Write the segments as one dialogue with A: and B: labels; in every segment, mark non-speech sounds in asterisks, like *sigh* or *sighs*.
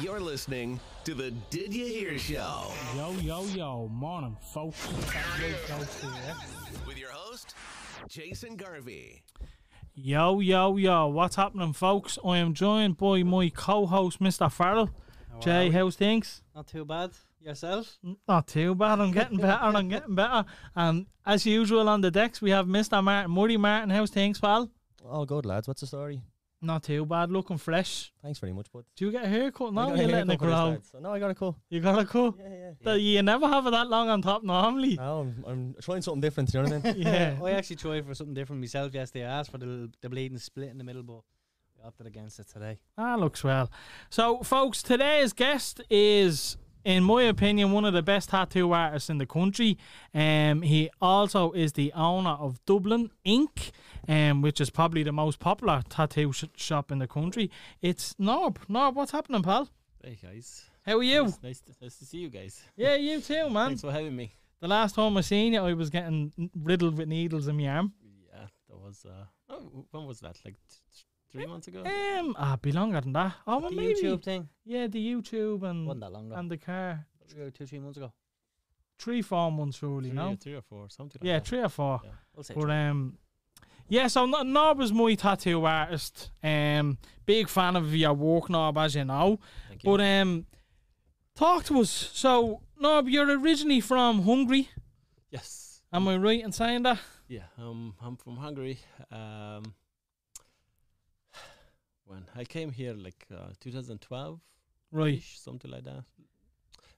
A: You're listening to the Did You Hear Show
B: Yo, yo, yo, morning, folks.
A: with your host, Jason Garvey.
B: Yo, yo, yo, what's happening, folks? I am joined by my co host, Mr. Farrell. Jay, how's things?
C: Not too bad. Yourself?
B: Not too bad. I'm getting better. I'm getting better. And as usual on the decks, we have Mr. Martin Murray. Martin, how's things, pal?
D: All good, lads. What's the story?
B: Not too bad. Looking fresh.
D: Thanks very much, bud.
B: Do you get a haircut
D: I
E: Oh,
B: now?
D: got
B: You're letting
D: a
B: it
D: haircut on
B: grow.
D: this, lads. No, I got a call.
B: You got a cut.
D: Yeah, yeah.
B: That- You never have it that long on top
D: *laughs*
B: normally.
D: No, I'm, I'm trying something different. You know what I mean?
B: Yeah.
C: I actually tried for something different myself yesterday. I asked for the, little- the bleeding split in the middle, but I opted against it today.
B: That looks well. So, folks, today's guest is, in my opinion, one of the best tattoo artists in the country. Um, he also is the owner of Dublin Inc., um, which is probably the most popular tattoo sh- shop in the country. It's Norb. Norb, what's happening, pal?
E: *laughs* Hey guys,
B: How are you?
E: it's nice to, nice to see you guys.
B: Yeah, you too, man.
E: Thanks for having me.
B: The last time I seen you, I was getting n- riddled with needles in my arm.
E: Yeah, that was uh, oh, when was that? Like th- th- three months ago.
B: Um, ah, be longer than that. Oh, well,
C: The
B: maybe.
C: YouTube thing?
B: Yeah, the YouTube
C: Wasn't
B: and
C: that long ago.
B: and the car.
C: Probably two, three months ago.
B: Three, four months, really.
E: three,
B: no,
E: or three or four, something.
B: Yeah,
E: like that.
B: three or four.
E: Yeah.
C: We'll say
B: But um, yeah. So N- Nob was my tattoo artist. Um, big fan of your work, Nob, as you know.
E: Thank you.
B: But um, talk to us. So Nob, you're originally from Hungary.
E: yes,
B: Am I right in saying that?
E: yeah. Um, I'm from Hungary. Um, when I came here, like uh, 2012
B: Right.
E: ish, something like that.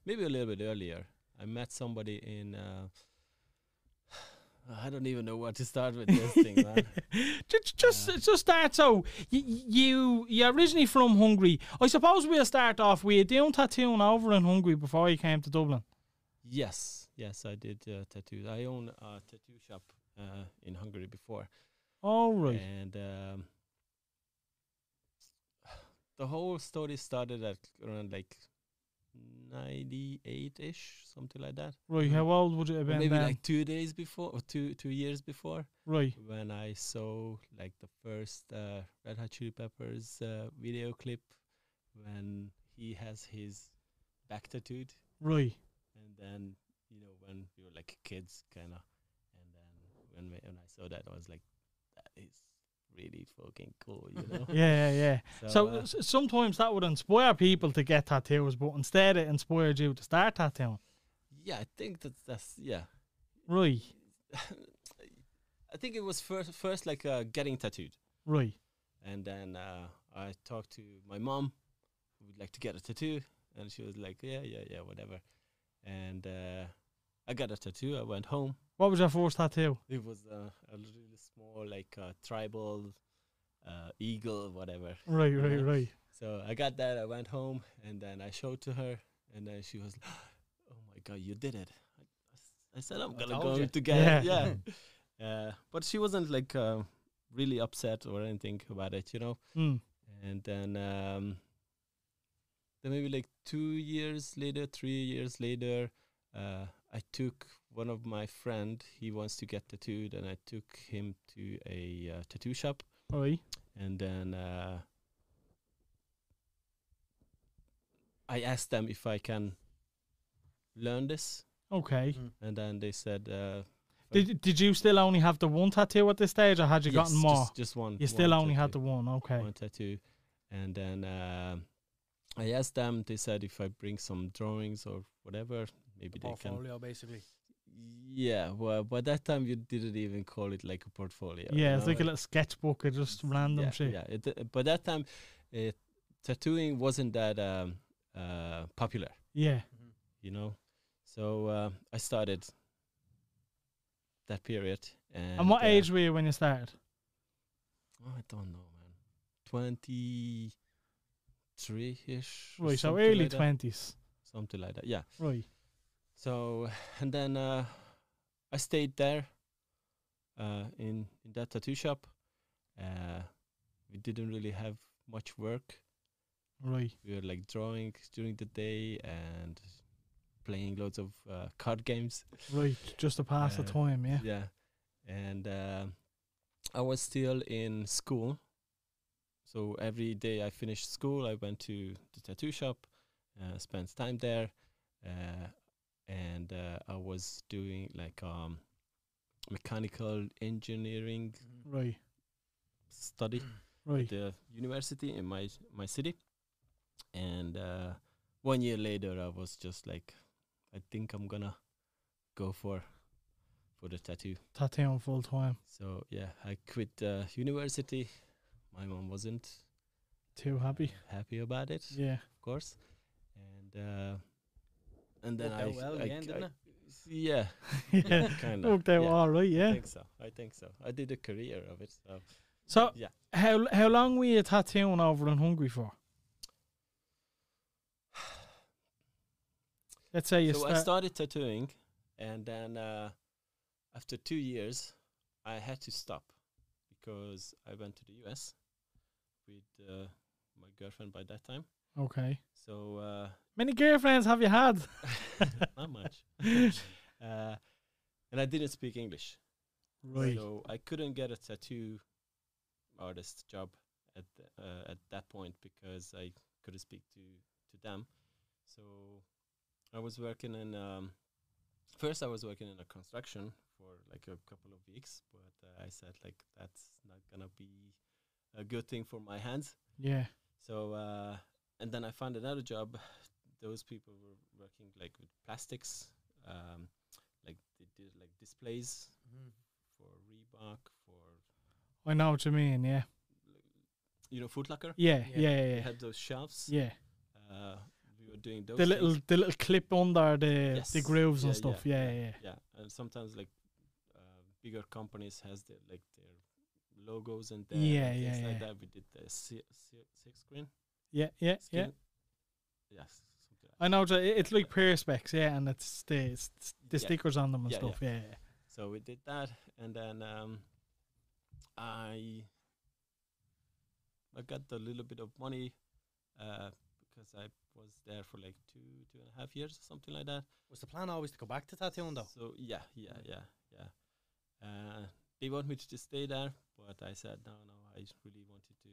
E: Maybe a little bit earlier. I met somebody in. Uh, *sighs* I don't even know where to start with this thing, man.
B: Just, just, just start. So you, you, you're originally from Hungary. I suppose we'll start off. Were you doing tattooing over in Hungary before you came to Dublin?
E: Yes, yes, I did uh, tattoos. I own a tattoo shop uh, in Hungary before,
B: All right.
E: and um, *sighs* the whole story started at around like ninety-eight ish, something like that.
B: Right. How old would you have
E: Or
B: been
E: maybe
B: then?
E: like two days before, or two two years before,
B: right.
E: when I saw like the first uh, Red Hot Chili Peppers uh, video clip when he has his back tattooed
B: Right.
E: and then you know when we were like kids kind of and then when we, when i saw that i was like that is really fucking cool you know
B: *laughs* Yeah, yeah, yeah. So
E: uh,
B: s sometimes that would inspire people to get tattoos, but instead it inspired you to start tattooing.
E: yeah i think that that's yeah
B: Right,
E: i think it was first first like uh, getting tattooed
B: right,
E: and then uh, i talked to my mom who would like to get a tattoo and she was like yeah yeah yeah whatever and uh, i got a tattoo i went home
B: What was your first tattoo?
E: it was uh, a really small like uh, tribal uh, eagle whatever
B: Right, right,
E: Yeah.
B: right.
E: So I got that. I went home and then I showed to her, and then she was, *gasps* "Oh my god, you did it!" I, I s- I said, "I'm gonna
C: told
E: go
C: you."
E: to get
B: Yeah.
E: it." Yeah. *laughs* uh, but she wasn't like uh, really upset or anything about it, you know.
B: Mm.
E: And then, um, then maybe like two years later, three years later, uh, I took one of my friend. He wants to get tattooed, and I took him to a uh, tattoo shop
B: Right,
E: and then uh, I asked them if I can learn this,
B: okay.
C: Mm-hmm.
E: and then they said, uh,
B: Did Did you still only have the one tattoo at this stage, or had you gotten
E: "Yes,
B: more?
E: Just, just one.
B: you still
E: one
B: only had the
E: tattoo,
B: one, okay.
E: one tattoo, and then um I asked them. They said if I bring some drawings or whatever, maybe they can.
C: portfolio, basically.
E: Yeah, well, by that time you didn't even call it like a portfolio.
B: Yeah,
E: you
B: it's
E: know,
B: like a little sketchbook of just random
E: yeah,
B: shit.
E: Yeah, it, uh, by that time, it, tattooing wasn't that um, uh, popular.
B: Yeah,
E: you know. So uh, I started that period. And,
B: And what
E: uh,
B: age were you when you started?
E: oh, I don't know, man. Twenty-three ish.
B: Right, so early
E: twenty,
B: twenties.
E: something like that. Yeah.
B: Right,
E: So *laughs* and then uh, I stayed there uh, in in that tattoo shop. Uh, we didn't really have much work.
B: right,
E: We were like drawing during the day and playing loads of uh, card games.
B: right. Just to pass the
E: Yeah.
B: time, yeah.
E: yeah and uh, i was still in school so every day i finished school i went to the tattoo shop uh, spends time there, uh, and uh, I was doing like um, mechanical engineering
B: Right.
E: study
B: Right.
E: the university in my my city, and uh, one year later, I was just like, I think I'm gonna go for for the tattoo.
B: Tattoo on full time.
E: So yeah, I quit uh, university. My mom wasn't
B: Too happy.
E: happy about it,
B: Yeah.
E: of course, and uh, and then
C: Worked out
E: I,
C: well in
E: I,
C: the end,
E: I-
C: didn't
E: yeah, *laughs*
B: yeah.
C: *laughs*
E: kind of
B: Look, they were
E: yeah.
B: all right.
E: I
B: Yeah.
E: think so. I think so. I did a career of it. So
B: So
E: yeah.
B: how how long were you tattooing over in Hungary
E: *sighs*
B: for? Let's say you
E: so
B: start.
E: I started tattooing, and then uh, after two years, I had to stop because I went to the US with uh, my girlfriend by that time.
B: okay.
E: So uh,
B: Many girlfriends have you had?
E: *laughs* not much. uh, and I didn't speak English,
B: Right.
E: so I couldn't get a tattoo artist job at th- uh, at that point because I couldn't speak to to them. So I was working in um, first I was working in a construction for like a couple of weeks, but uh, I said like that's not gonna be a good thing for my hands.
B: Yeah.
E: So uh, and then I found another job. Those people were working like with plastics, um, like they did like displays
C: Mm-hmm.
E: for Reebok, for
B: I know what you mean. Yeah.
E: you know Foot Locker.
B: Yeah.
C: Yeah.
B: Yeah. Yeah.
E: They
B: Yeah.
E: had those shelves.
B: yeah.
E: Uh, we were doing those.
B: The little
E: things.
B: the little clip under the the
E: Yes.
B: grooves and
E: Yeah,
B: stuff.
E: yeah,
B: Yeah. Yeah. yeah.
E: Yeah, and sometimes like uh, bigger companies has their like their logos and their
B: Yeah,
E: and things
B: yeah,
E: like
B: yeah.
E: that. We did the si- si- six screen.
B: Yeah, yeah, yeah.
E: screen. Yes. something like
B: I know. that it- It's like perspex, yeah, and it's the it's the
E: Yeah.
B: stickers on them and
E: Yeah,
B: stuff. Yeah.
E: So we did that, and then um, I I got a little bit of money uh, because I was there for like two two and a half years or something like that.
C: Was the plan always to go back to tattooing though?
E: So yeah, yeah, yeah, yeah. Uh, they want me to just stay there, but I said no, no. I just really wanted to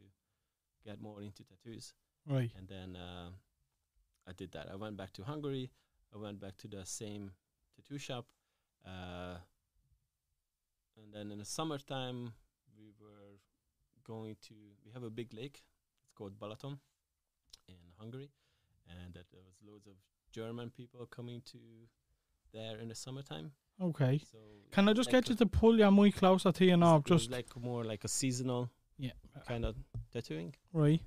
E: get more into tattoos,
B: Right.
E: and then um I did that. I went back to Hungary. I went back to the same tattoo shop. Uh, and then in the summertime, we were going to, we have a big lake. It's called Balaton in Hungary. And that there was loads of German people coming to there in the summertime.
B: Okay.
E: So
B: Can I
E: it's
B: just
E: like
B: get
E: a-
B: you to pull your mic closer to you now?
E: it's
B: Just
E: like more like a seasonal
B: Yeah.
E: kind of tattooing.
B: right.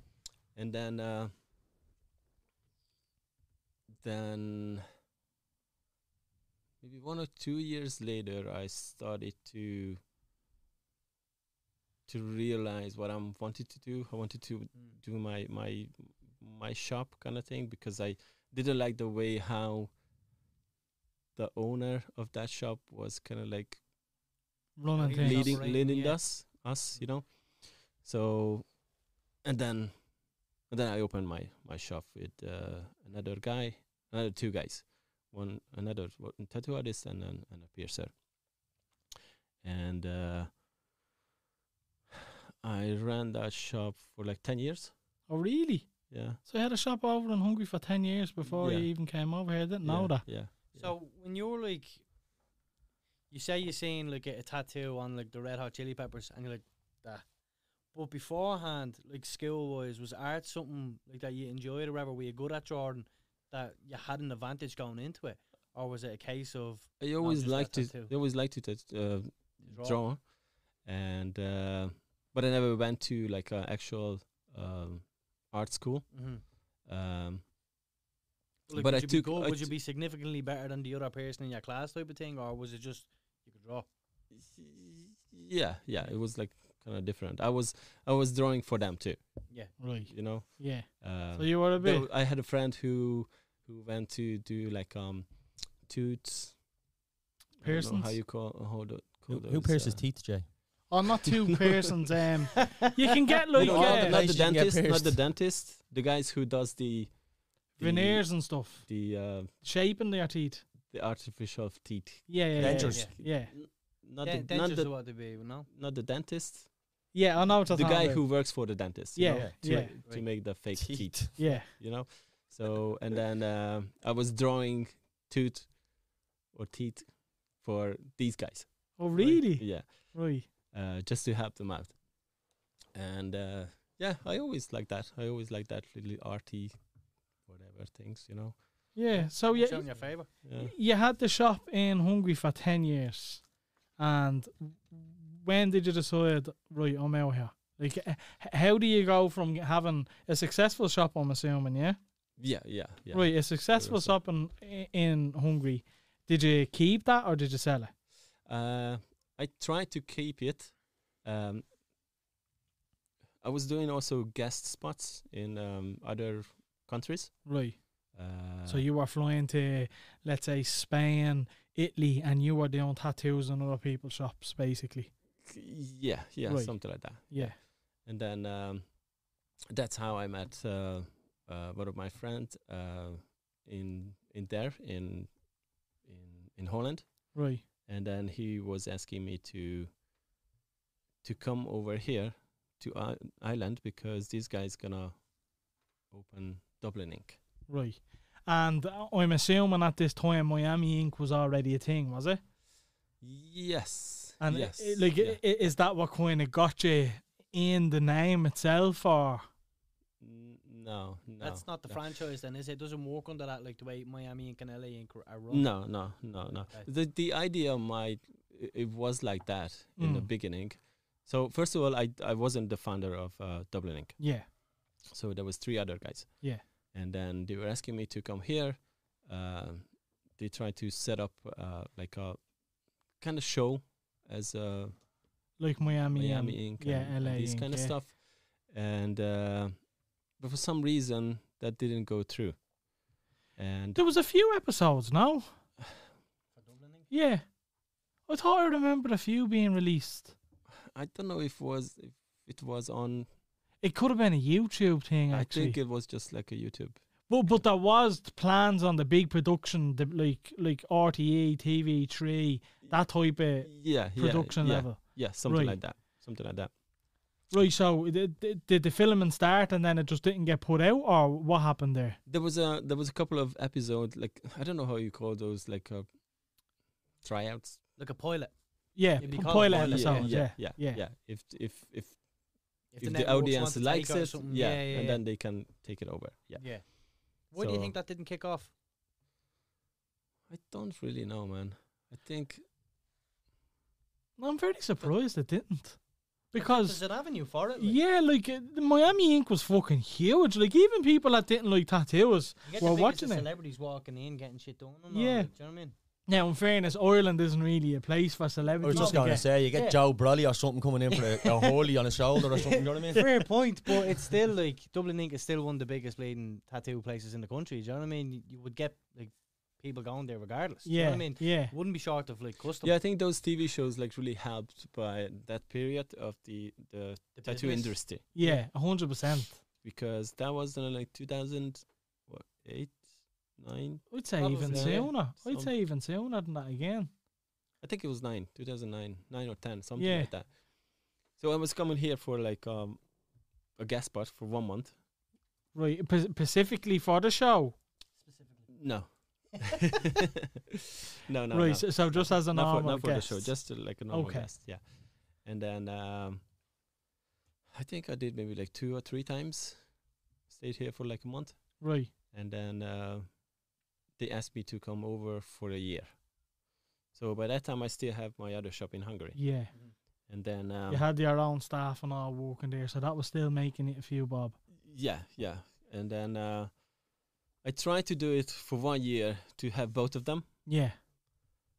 E: and then uh, then maybe one or two years later i started to to realize what i am wanted to do i wanted to do my my my shop kind of thing because i didn't like the way how the owner of that shop was kind of like
B: Running
C: Really
B: things.
E: leading
C: operating,
E: leading
C: yeah.
E: us us you know so and then and then i opened my my shop with uh, another guy another two guys one another one tattoo artist and then and a piercer and uh i ran that shop for like 10 years
B: Oh, really?
E: yeah
B: So you had a shop over in Hungary for ten years before
E: Yeah.
B: you even came over here. Didn't
E: yeah,
B: know that.
E: yeah
C: So when you're like, you say you're seeing like a tattoo on like the Red Hot Chili Peppers, and you're like that. But beforehand, like skill wise, was art something like that you enjoyed or whatever? Were you good at Jordan that you had an advantage going into it, or was it a case of
E: I always
C: just that
E: like to.
C: tattoo.
E: I always like to tat- uh,
C: Draw.
E: draw. and uh, but I never went to like an actual um, art school.
C: mm-hmm.
E: Um,
C: Like,
E: But
C: would
E: I
C: you
E: took-
C: be good,
E: I
C: would you
E: t-
C: be significantly better than the other person in your class type of thing, or was it just you could draw?
E: yeah, yeah, it was like kind of different. I was I was drawing for them too.
C: *laughs*
B: Right.
E: You know.
B: Yeah.
E: Um,
B: So you were a
E: there
B: bit.
E: w- I had a friend who who went to do like um toots. I don't know How
B: Piercings?
E: you call, how do,
D: Who,
E: call
D: who
E: those,
D: pierces
E: uh,
D: teeth, Jay?
B: Oh, not
E: *laughs*
B: two persons. Um, you can get
E: No,
B: like
E: no,
D: all
B: uh,
E: not, the, not the
D: Guys, you can get
E: dentist, not
D: pierced.
E: the dentist. The guys who does the, the
B: veneers and stuff,
E: the uh,
B: shaping their teeth.
E: the artificial teeth.
B: Yeah, yeah, yeah,
D: Dentures.
B: Yeah, yeah.
E: Not
C: Den-
E: the not
C: dentures are
E: the,
C: what they be, no?
E: not the dentist.
B: Yeah, I know what
E: The
B: you're talking
E: guy
B: about.
E: who works for the dentist. you
B: Yeah,
E: know,
B: yeah,
E: to, to
C: Right.
E: make the fake teeth. *laughs*
B: yeah.
E: You know. So and then um I was drawing tooth or teeth for these *laughs* guys.
B: Oh, really?
E: Yeah,
B: Right.
E: uh, just to help them out. And uh, yeah, I always like that. I always like that little arty, whatever things, you know.
B: Yeah. So yeah,
C: Show in your favor.
E: Yeah.
B: you had the shop in Hungary for ten years, and when did you decide, right, I'm out here? Like, h- how do you go from having a successful shop? I'm assuming, yeah.
E: Yeah, yeah, yeah.
B: Right, a successful
E: was a-
B: shop in, in Hungary. Did you keep that or did you sell it?
E: Uh, I tried to keep it. Um, I was doing also guest spots in um, other countries.
B: Right.
E: Uh,
B: so you were flying to, let's say, Spain, Italy, and you were doing tattoos in other people's shops, basically.
E: yeah, yeah,
B: Right.
E: something like that.
B: Yeah.
E: And then um, that's how I met uh, uh, one of my friends uh, in in there in in in Holland.
B: Right.
E: and then he was asking me to to come over here to I- Ireland because this guy's gonna open Dublin Inc.
B: Right. And uh, I'm assuming at this time Miami Ink was already a thing, was it?
E: Yes,
B: And
E: yes,
B: i- like, i-
E: yeah.
B: i- is that what kind of got you in the name itself, or
E: N- no, no,
C: That's not the
E: no.
C: franchise, then, is it? It doesn't work under that, like the way Miami Ink and LA Ink are- are run.
E: No, no, no, no.
C: Okay.
E: The the idea might i- it was like that in the
B: Mm.
E: beginning. So first of all, I I wasn't the founder of uh, Dublin Inc.
B: yeah,
E: So there was three other guys.
B: Yeah.
E: And then they were asking me to come here. Um, they tried to set up uh, like a kind of show as a
B: like Miami,
E: Miami
B: and-
E: Inc.
B: yeah,
E: and, and
B: LA
E: these
B: Inc,
E: kind of
B: yeah.
E: stuff. And uh, but for some reason that didn't go through. And
B: There was a few episodes, no?
C: For Dublin Inc.
B: Yeah. I thought I remembered a few being released.
E: I don't know if was if it was on.
B: It could have been a YouTube thing,
E: I
B: actually.
E: think it was just like a YouTube.
B: but but there was plans on the big production, the, like like E, RTE, TV3, that type of
E: Yeah, yeah,
B: production
E: yeah,
B: level.
E: Yeah, something
B: Right.
E: like that. Something like that.
B: Right. So did, did- did the filming start and then it just didn't get put out, or what happened there?
E: There was a there was a couple of episodes like I don't know how you call those like uh, tryouts.
C: Like a pilot.
B: Yeah,
C: It'd be
B: p-
C: called
B: pilot
C: pilot,
B: episodes.
E: yeah,
B: Yeah,
E: yeah,
B: yeah.
E: If if if, if, the,
C: networks want
E: audience
C: to take
E: likes
C: on
E: it,
C: something,
E: yeah,
C: yeah, yeah,
E: and
C: yeah.
E: then they can take it over. Yeah,
C: Yeah. Why do you think that didn't kick off?
E: I don't really know, man. I think
B: I'm very surprised it didn't, because
C: There's an avenue for it. Like.
B: yeah, like uh, the Miami Ink was fucking huge. Like even people that didn't like tattoos
C: You get
B: were
C: the biggest
B: watching
C: of
B: it.
C: celebrities walking in, getting shit done. And all,
B: Yeah.
C: like, do you know what I mean?
B: Now, in fairness, Ireland isn't really a place for
D: I was
B: celebrities.
D: just
B: to
D: going to
B: get-
D: say, you get
C: Yeah.
D: Joe Brolly or something coming in for a, a hurley on his shoulder or something. You know what I
E: *laughs*
D: mean?
C: *laughs* Fair point, but it's still like Dublin Inc. is still one of the biggest bleeding tattoo places in the country. Do you know what I mean? You, you would get like people going there regardless. Do you know
B: yeah,
C: what I mean?
B: yeah,
C: Wouldn't be short of like custom.
E: yeah, I think those TV shows like really helped by that period of the the
C: the
E: tattoo
C: business.
E: industry
B: yeah, hundred percent.
E: because that was uh, like 2000 what, eight nine.
B: I'd say
E: Probably,
B: even
E: yeah.
B: sooner. I'd
E: Some-
B: say even sooner than that again.
E: I think it was nine, 2009, nine or ten, something
B: Yeah.
E: like that. So I was coming here for like um a guest spot for one month.
B: Right, pa- specifically for the show. *laughs*
E: No, no, no,
B: right,
E: no.
B: so, so just as a
E: not
B: normal
E: for, not for
B: guest.
E: the show, just uh, like a normal
B: Okay.
E: guest. Yeah, and then um I think I did maybe like two or three times. Stayed here for like a month,
B: right,
E: and then uh, they asked me to come over for a year. So by that time, I still have my other shop in Hungary,
B: yeah.
E: and then um,
B: you had your own staff and all working there, so that was still making it a few bob.
E: Yeah, yeah. And then uh, I tried to do it for one year to have both of them,
B: Yeah.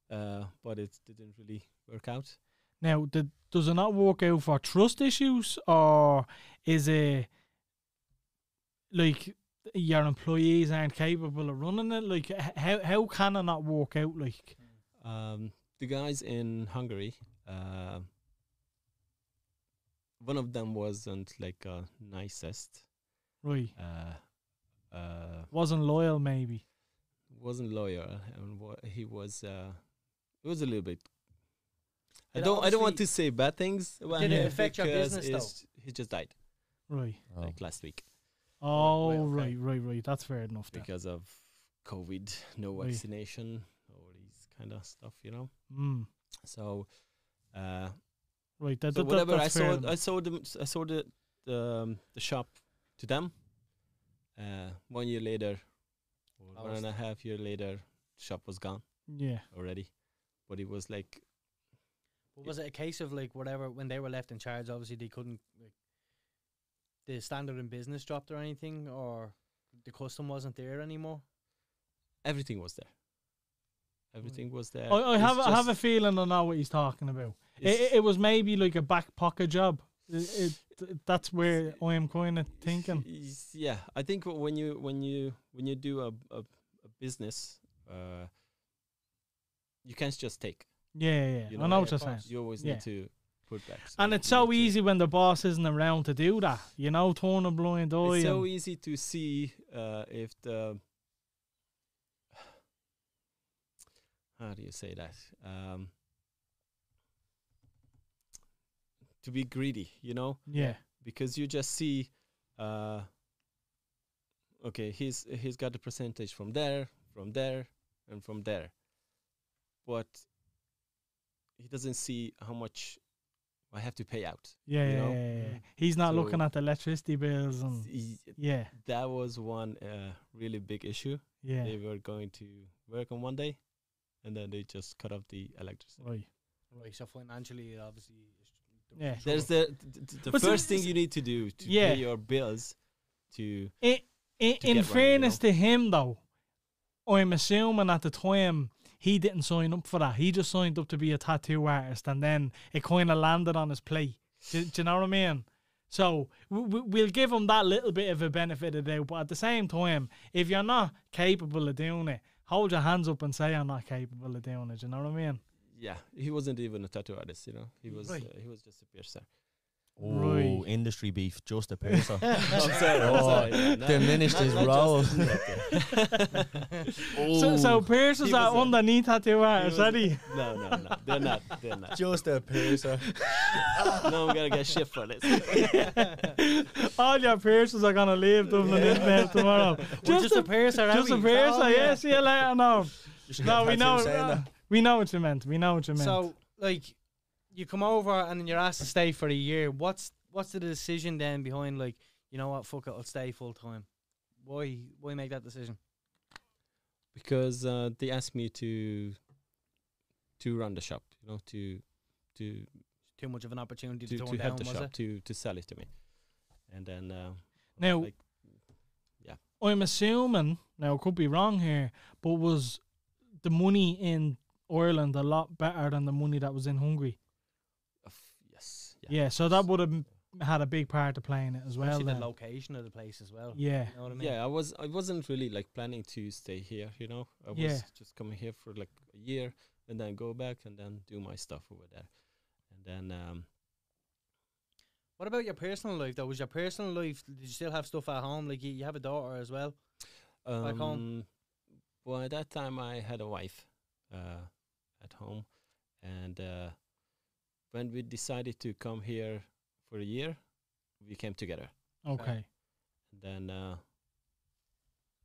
E: uh, but it didn't really work out.
B: Now, did, does it not work out for trust issues, or is it like your employees aren't capable of running it? Like, h- how how can it not work out? Like,
E: Um, the guys in Hungary, uh, one of them wasn't like uh, nicest,
B: right,
E: uh, uh,
B: wasn't loyal, maybe.
E: wasn't loyal, and wa- he was. Uh, it was a little bit. I
C: It
E: don't. I don't want to
C: obviously-
E: say bad things. about
C: Did it
E: *laughs* him
C: affect your
E: because
C: business, though?
E: it's- He just died
B: Right.
D: Oh.
E: like last week.
B: Oh,
C: right, okay.
B: right, right, right. That's fair enough. Then.
E: because of COVID, no
B: Right.
E: vaccination, all these kind of stuff, you know.
B: Mm.
E: So, uh,
B: Right. That,
E: so
B: that,
E: whatever I
B: that's fair
E: saw,
B: enough.
E: I saw them, I saw the the, um, the shop to them. Uh, one year later, or one
C: Closed.
E: and a half year later, shop was gone
B: yeah.
E: already. But it was like
C: But was it a case of like whatever when they were left in charge? Obviously, they couldn't. Like, the standard in business dropped or anything, or the custom wasn't there anymore.
E: everything was there. Everything was there.
B: I, I
E: It's
B: have I have a
E: just-
B: feeling I know what he's talking about. It,
E: it's-
B: it, it was maybe like a back pocket job.
E: *laughs*
B: It, it, that's where I am kind of *laughs* thinking.
E: Is- Yeah, I think wh- when you when you when you do a a, a business, uh, you can't just take.
B: Yeah, yeah. yeah.
E: You
B: I
E: know,
B: know
E: yeah,
B: what you're
E: of
B: saying.
E: You always
B: Yeah.
E: need to put back.
B: And
E: you
B: it's so
E: need to-
B: easy when the boss isn't around to do that. You know, turn a blind eye.
E: It's so
B: and-
E: easy to see uh, if the *sighs* how do you say that um, to be greedy, you know.
B: yeah.
E: because you just see uh okay he's he's got the percentage from there from there and from there but he doesn't see how much i have to pay out
B: Yeah,
E: you know?
B: yeah, yeah, yeah. He's not looking
E: So-
B: at the electricity bills and
E: Y-
B: yeah,
E: that was one uh, really big issue
B: yeah.
E: they were going to work on one day and then they just cut off the electricity
B: Right.
C: Right. So financially, it obviously. is- there was
B: Yeah.
C: trouble.
E: there's the th- th- the
B: But see,
E: first thing
B: it's-
E: you need to do to
B: Yeah.
E: pay your bills to
B: In, in,
E: get one, you
B: fairness to him, though, I'm assuming at the time he didn't sign up for that. He just signed up to be a tattoo artist, and then it kind of landed on his plate. Do, do you know what I mean? So we, we- we'll give him that little bit of a benefit of the doubt, but at the same time, if you're not capable of doing it, hold your hands up and say I'm not capable of doing it. Do you know what I mean?
E: yeah, he wasn't even a tattoo artist, you know. He was
B: Right.
E: uh, he was just a piercer.
B: Right.
D: Ooh, industry beef, just a
E: *laughs*
D: piercer. *laughs*
E: I'm sorry, I'm sorry, yeah, no,
D: diminished
E: not-
D: his
E: not
D: role.
E: just-
B: So, so
E: He
B: piercers
E: was
B: are
E: a-
B: underneath tattoo artists,
E: was
B: are
E: a-
B: they?
E: no, no, no, they're not, they're not.
D: just a piercer.
E: *laughs* No, I'm gonna get shit for this.
B: All your piercers are gonna leave Dublin Internet tomorrow.
C: We're
B: Just, a,
C: piercer. are
B: just a
C: we?
B: piercer,
C: Oh,
B: yeah. See you later. No, no, we know,
D: Saying
B: uh,
D: that.
B: we know what you meant. We know what you meant.
C: So like, you come over and then you're asked to stay for a year. What's what's the decision then behind like, you know what? Fuck it, I'll stay full time. Why why make that decision?
E: because uh, they asked me to to run the shop, you know, to to
C: Too much of an opportunity
E: to,
C: to,
E: to
C: turn down,
E: help the
C: was
E: shop
C: it?
E: to to sell it to me, and then uh,
B: now,
E: like-
B: I'm assuming now I could be wrong here, but was the money in Ireland a lot better than the money that was in Hungary?
E: uh, f- yes,
B: Yeah, so that would have had a big part to play in it as well.
C: Especially
B: Then.
C: the location of the place as well.
B: yeah,
C: You know what I mean?
E: Yeah, I was I wasn't really like planning to stay here, you know. I was
B: Yeah.
E: just coming here for like a year and then go back and then do my stuff over there. And then um
C: What about your personal life though? Was your personal life did you still have stuff at home? Like you, you have a daughter as well? Back home.
E: um, Well, at that time I had a wife uh at home and uh when we decided to come here for a year, we came together.
B: okay,
E: And then uh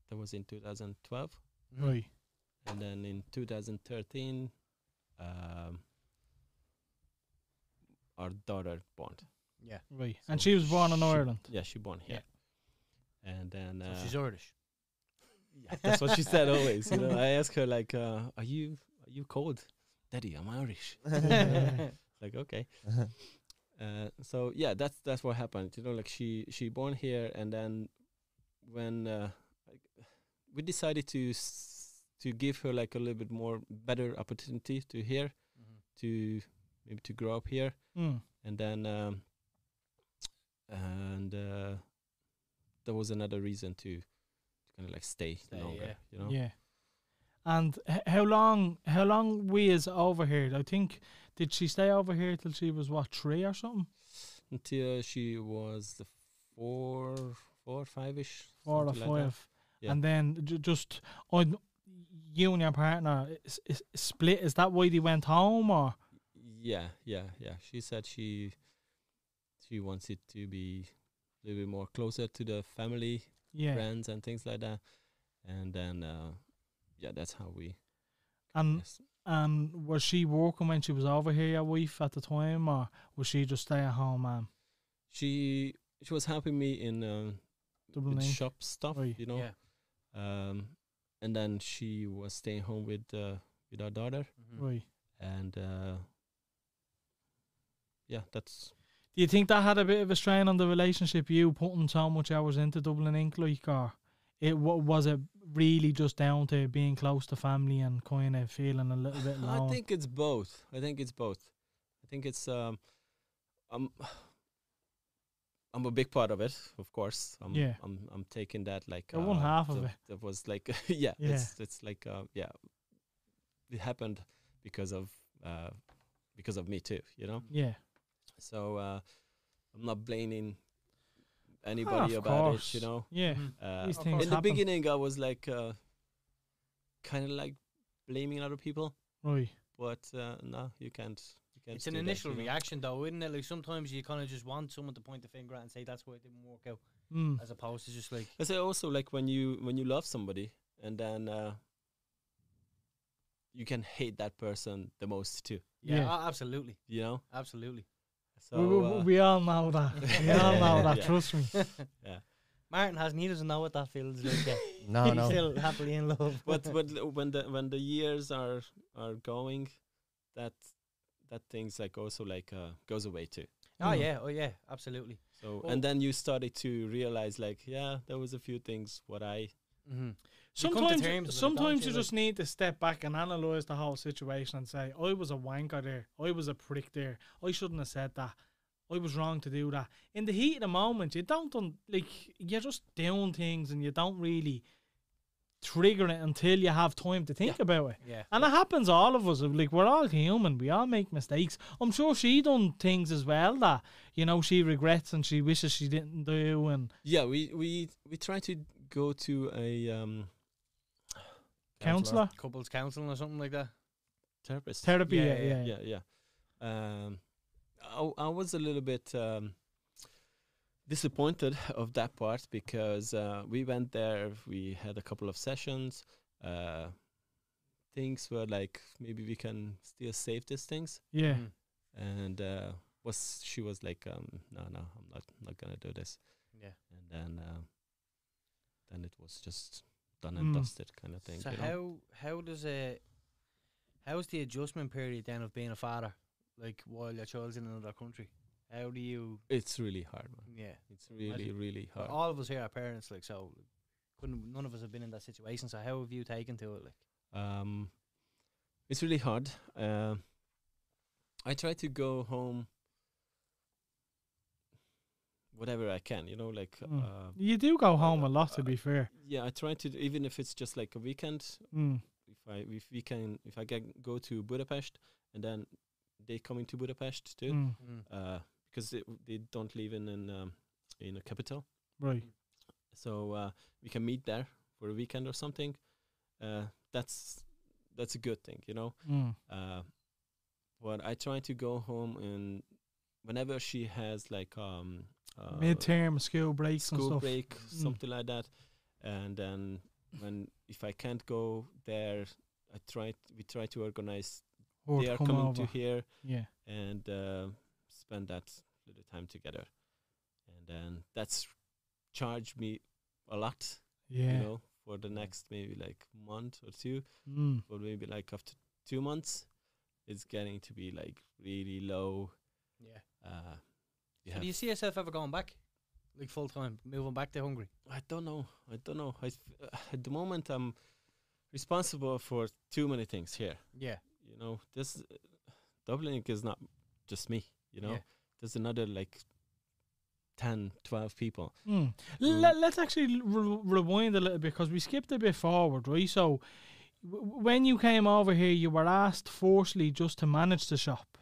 E: that was in 2012.
B: right,
E: and then in 2013 um, our daughter born
B: right. and
E: So
B: she was born in
E: she-
B: Ireland.
E: yeah she born here and then uh,
C: So she's Irish.
E: yeah, *laughs* that's what she said always you
C: *laughs*
E: know i asked her like uh, are you are you cold daddy
C: *laughs*
E: i'm irish like okay
C: Uh-huh.
E: uh, so yeah that's that's what happened you know like she she born here and then when uh, like, we decided to s- to give her like a little bit more better opportunity to here to maybe to grow up here
B: Mm.
E: and then um, and uh, there was another reason to, to kind of like stay,
C: Stay,
E: longer
C: yeah.
E: you know
B: Yeah. And h- how long? How long we is over here? I think did she stay over here till she was what three or something?
E: until she was the four four five ish
B: Four or
E: something like that.
B: five.
E: Yeah.
B: And then ju- just on you and your partner is, is split. Is that why they went home or
E: yeah yeah yeah she said she she wants it to be a little bit more closer to the family
B: yeah.
E: friends and things like that. And then, uh, yeah, that's how we.
B: And
E: yes.
B: and was she working when she was over here, your wife at the time, or was she just stay at home and
E: She she was helping me in uh,
B: double
E: with
B: name?
E: shop stuff,
B: Oi.
E: you know.
C: Yeah.
E: Um, and then she was staying home with uh, with our daughter,
C: Mhm.
B: Right.
E: and uh, yeah, that's
B: Do you think that had a bit of a strain on the relationship? You putting so much hours into Dublin Inc. Like, or it wa was it really just down to being close to family and kind of feeling a little bit
E: *sighs* I
B: alone?
E: think it's both. I think it's both. I think it's um, I'm I'm a big part of it, of course. I'm,
B: Yeah.
E: I'm I'm taking that like
B: You're one half of
E: the-
B: it.
E: That was like *laughs* yeah,
B: Yeah.
E: it's it's like uh, yeah, it happened because of uh, because of me too, you know.
B: yeah,
E: So uh, I'm not blaming anybody about it, you know.
B: Ah, Yeah,
C: Mhm.
E: Uh,
B: these
D: Of
B: things
E: in the
B: happen.
E: beginning, I was like uh, kind of like blaming other people
B: right?
E: but uh, no, you can't. You can't
C: It's an
E: do that,
C: initial
E: you know?
C: reaction, though, isn't it? Like sometimes you kind of just want someone to point the finger at and say that's why it didn't work out,
B: Mm.
C: as opposed to just like
E: I say also like when you when you love somebody and then uh, you can hate that person the most too.
C: yeah,
B: Yeah.
C: a- absolutely,
E: You know.
B: *laughs*
C: absolutely.
E: So
B: we, we,
E: uh,
B: we all know that. we
E: *laughs*
B: all
C: *laughs*
B: know that.
E: Yeah.
B: Trust me.
C: Martin has he doesn't know what that feels like. Yeah.
D: No,
E: *laughs*
C: He's
D: no.
C: still happily in love.
E: *laughs* but
B: *laughs*
E: but l- when the when the years are are going, that that things like also like uh, goes away too.
C: oh
E: mm.
C: yeah, oh yeah, absolutely.
E: So
C: Well-
E: and then you started to realize like yeah, there was a few things what I
C: Mm-hmm. come to
B: Sometimes,
C: terms with it,
B: sometimes
C: don't
B: you
C: you?
B: just need to step back and analyze the whole situation and say, "I was a wanker there. I was a prick there. I shouldn't have said that. I was wrong to do that." In the heat of the moment, you don't un- like you're just doing things and you don't really trigger it until you have time to think about it.
C: Yeah.
B: And it happens to all of us. Like we're all human. We all make mistakes. I'm sure she done things as well that you know she regrets and she wishes she didn't do. And
E: yeah we we we try to go to a um
B: counselor,
C: Couples counseling or something like that.
E: therapist
B: therapy.
C: Yeah,
B: Yeah,
C: yeah,
B: yeah,
E: yeah yeah um i, I was a little bit um disappointed *laughs* of that part because uh, we went there we had a couple of sessions uh things were like maybe we can still save these things
B: yeah.
C: Mm.
E: and uh was she was like um no no i'm not not gonna do this
C: Yeah.
E: and then um then it was just done and
B: Mm.
E: dusted kind of thing
C: Hmm. So
E: you know?
C: how how does it how's the adjustment period then of being a father, like while your child's in another country? How do you?
E: it's really hard man
C: Yeah,
E: It's really, really
C: But
E: hard.
C: all of us here are parents, like so. Couldn't none of us have been in that situation. So how have you taken to it? Like,
E: Um, it's really hard. Uh, I try to go home whatever I can, you know, like
B: Mm.
E: uh,
B: You do go home a lot,
C: Uh,
B: to be fair.
E: yeah, I try to d- even if it's just like a weekend.
B: Mm.
E: If I if we can if I can go to Budapest and then they come into Budapest too,
B: Mm.
C: Hmm.
E: uh, because they, they don't live in in, um, in a capital.
B: Right.
E: so uh, we can meet there for a weekend or something. Uh, that's that's a good thing, you know.
B: Mm.
E: Uh, but I try to go home and whenever she has like um uh,
B: Midterm school breaks and
E: school
B: stuff.
E: break,
B: Mm.
E: something like that, and then when if I can't go there, I try we try to organize.
B: Or
E: they
B: to
E: are
B: come
E: coming
B: over.
E: to here
B: Yeah.
E: and uh, spend that little time together, and then that's charged me a lot
B: Yeah.
E: you know, for the next maybe like month or two,
B: mm.
E: or maybe like after two months, it's getting to be like really low.
C: yeah.
E: Uh, you
C: So
E: have-
C: do you see yourself ever going back, like full time, moving back to Hungary?
E: I don't know. I don't know. I, f- uh, at the moment, I'm responsible for too many things here.
C: Yeah.
E: You know, this uh, Dublin is not just me. You know,
C: Yeah.
E: there's another like 10, 12 people.
B: Mm.
E: Mm.
B: Let, let's actually re- rewind a little bit because we skipped a bit forward, right? So, w- when you came over here, you were asked forcefully just to manage the shop.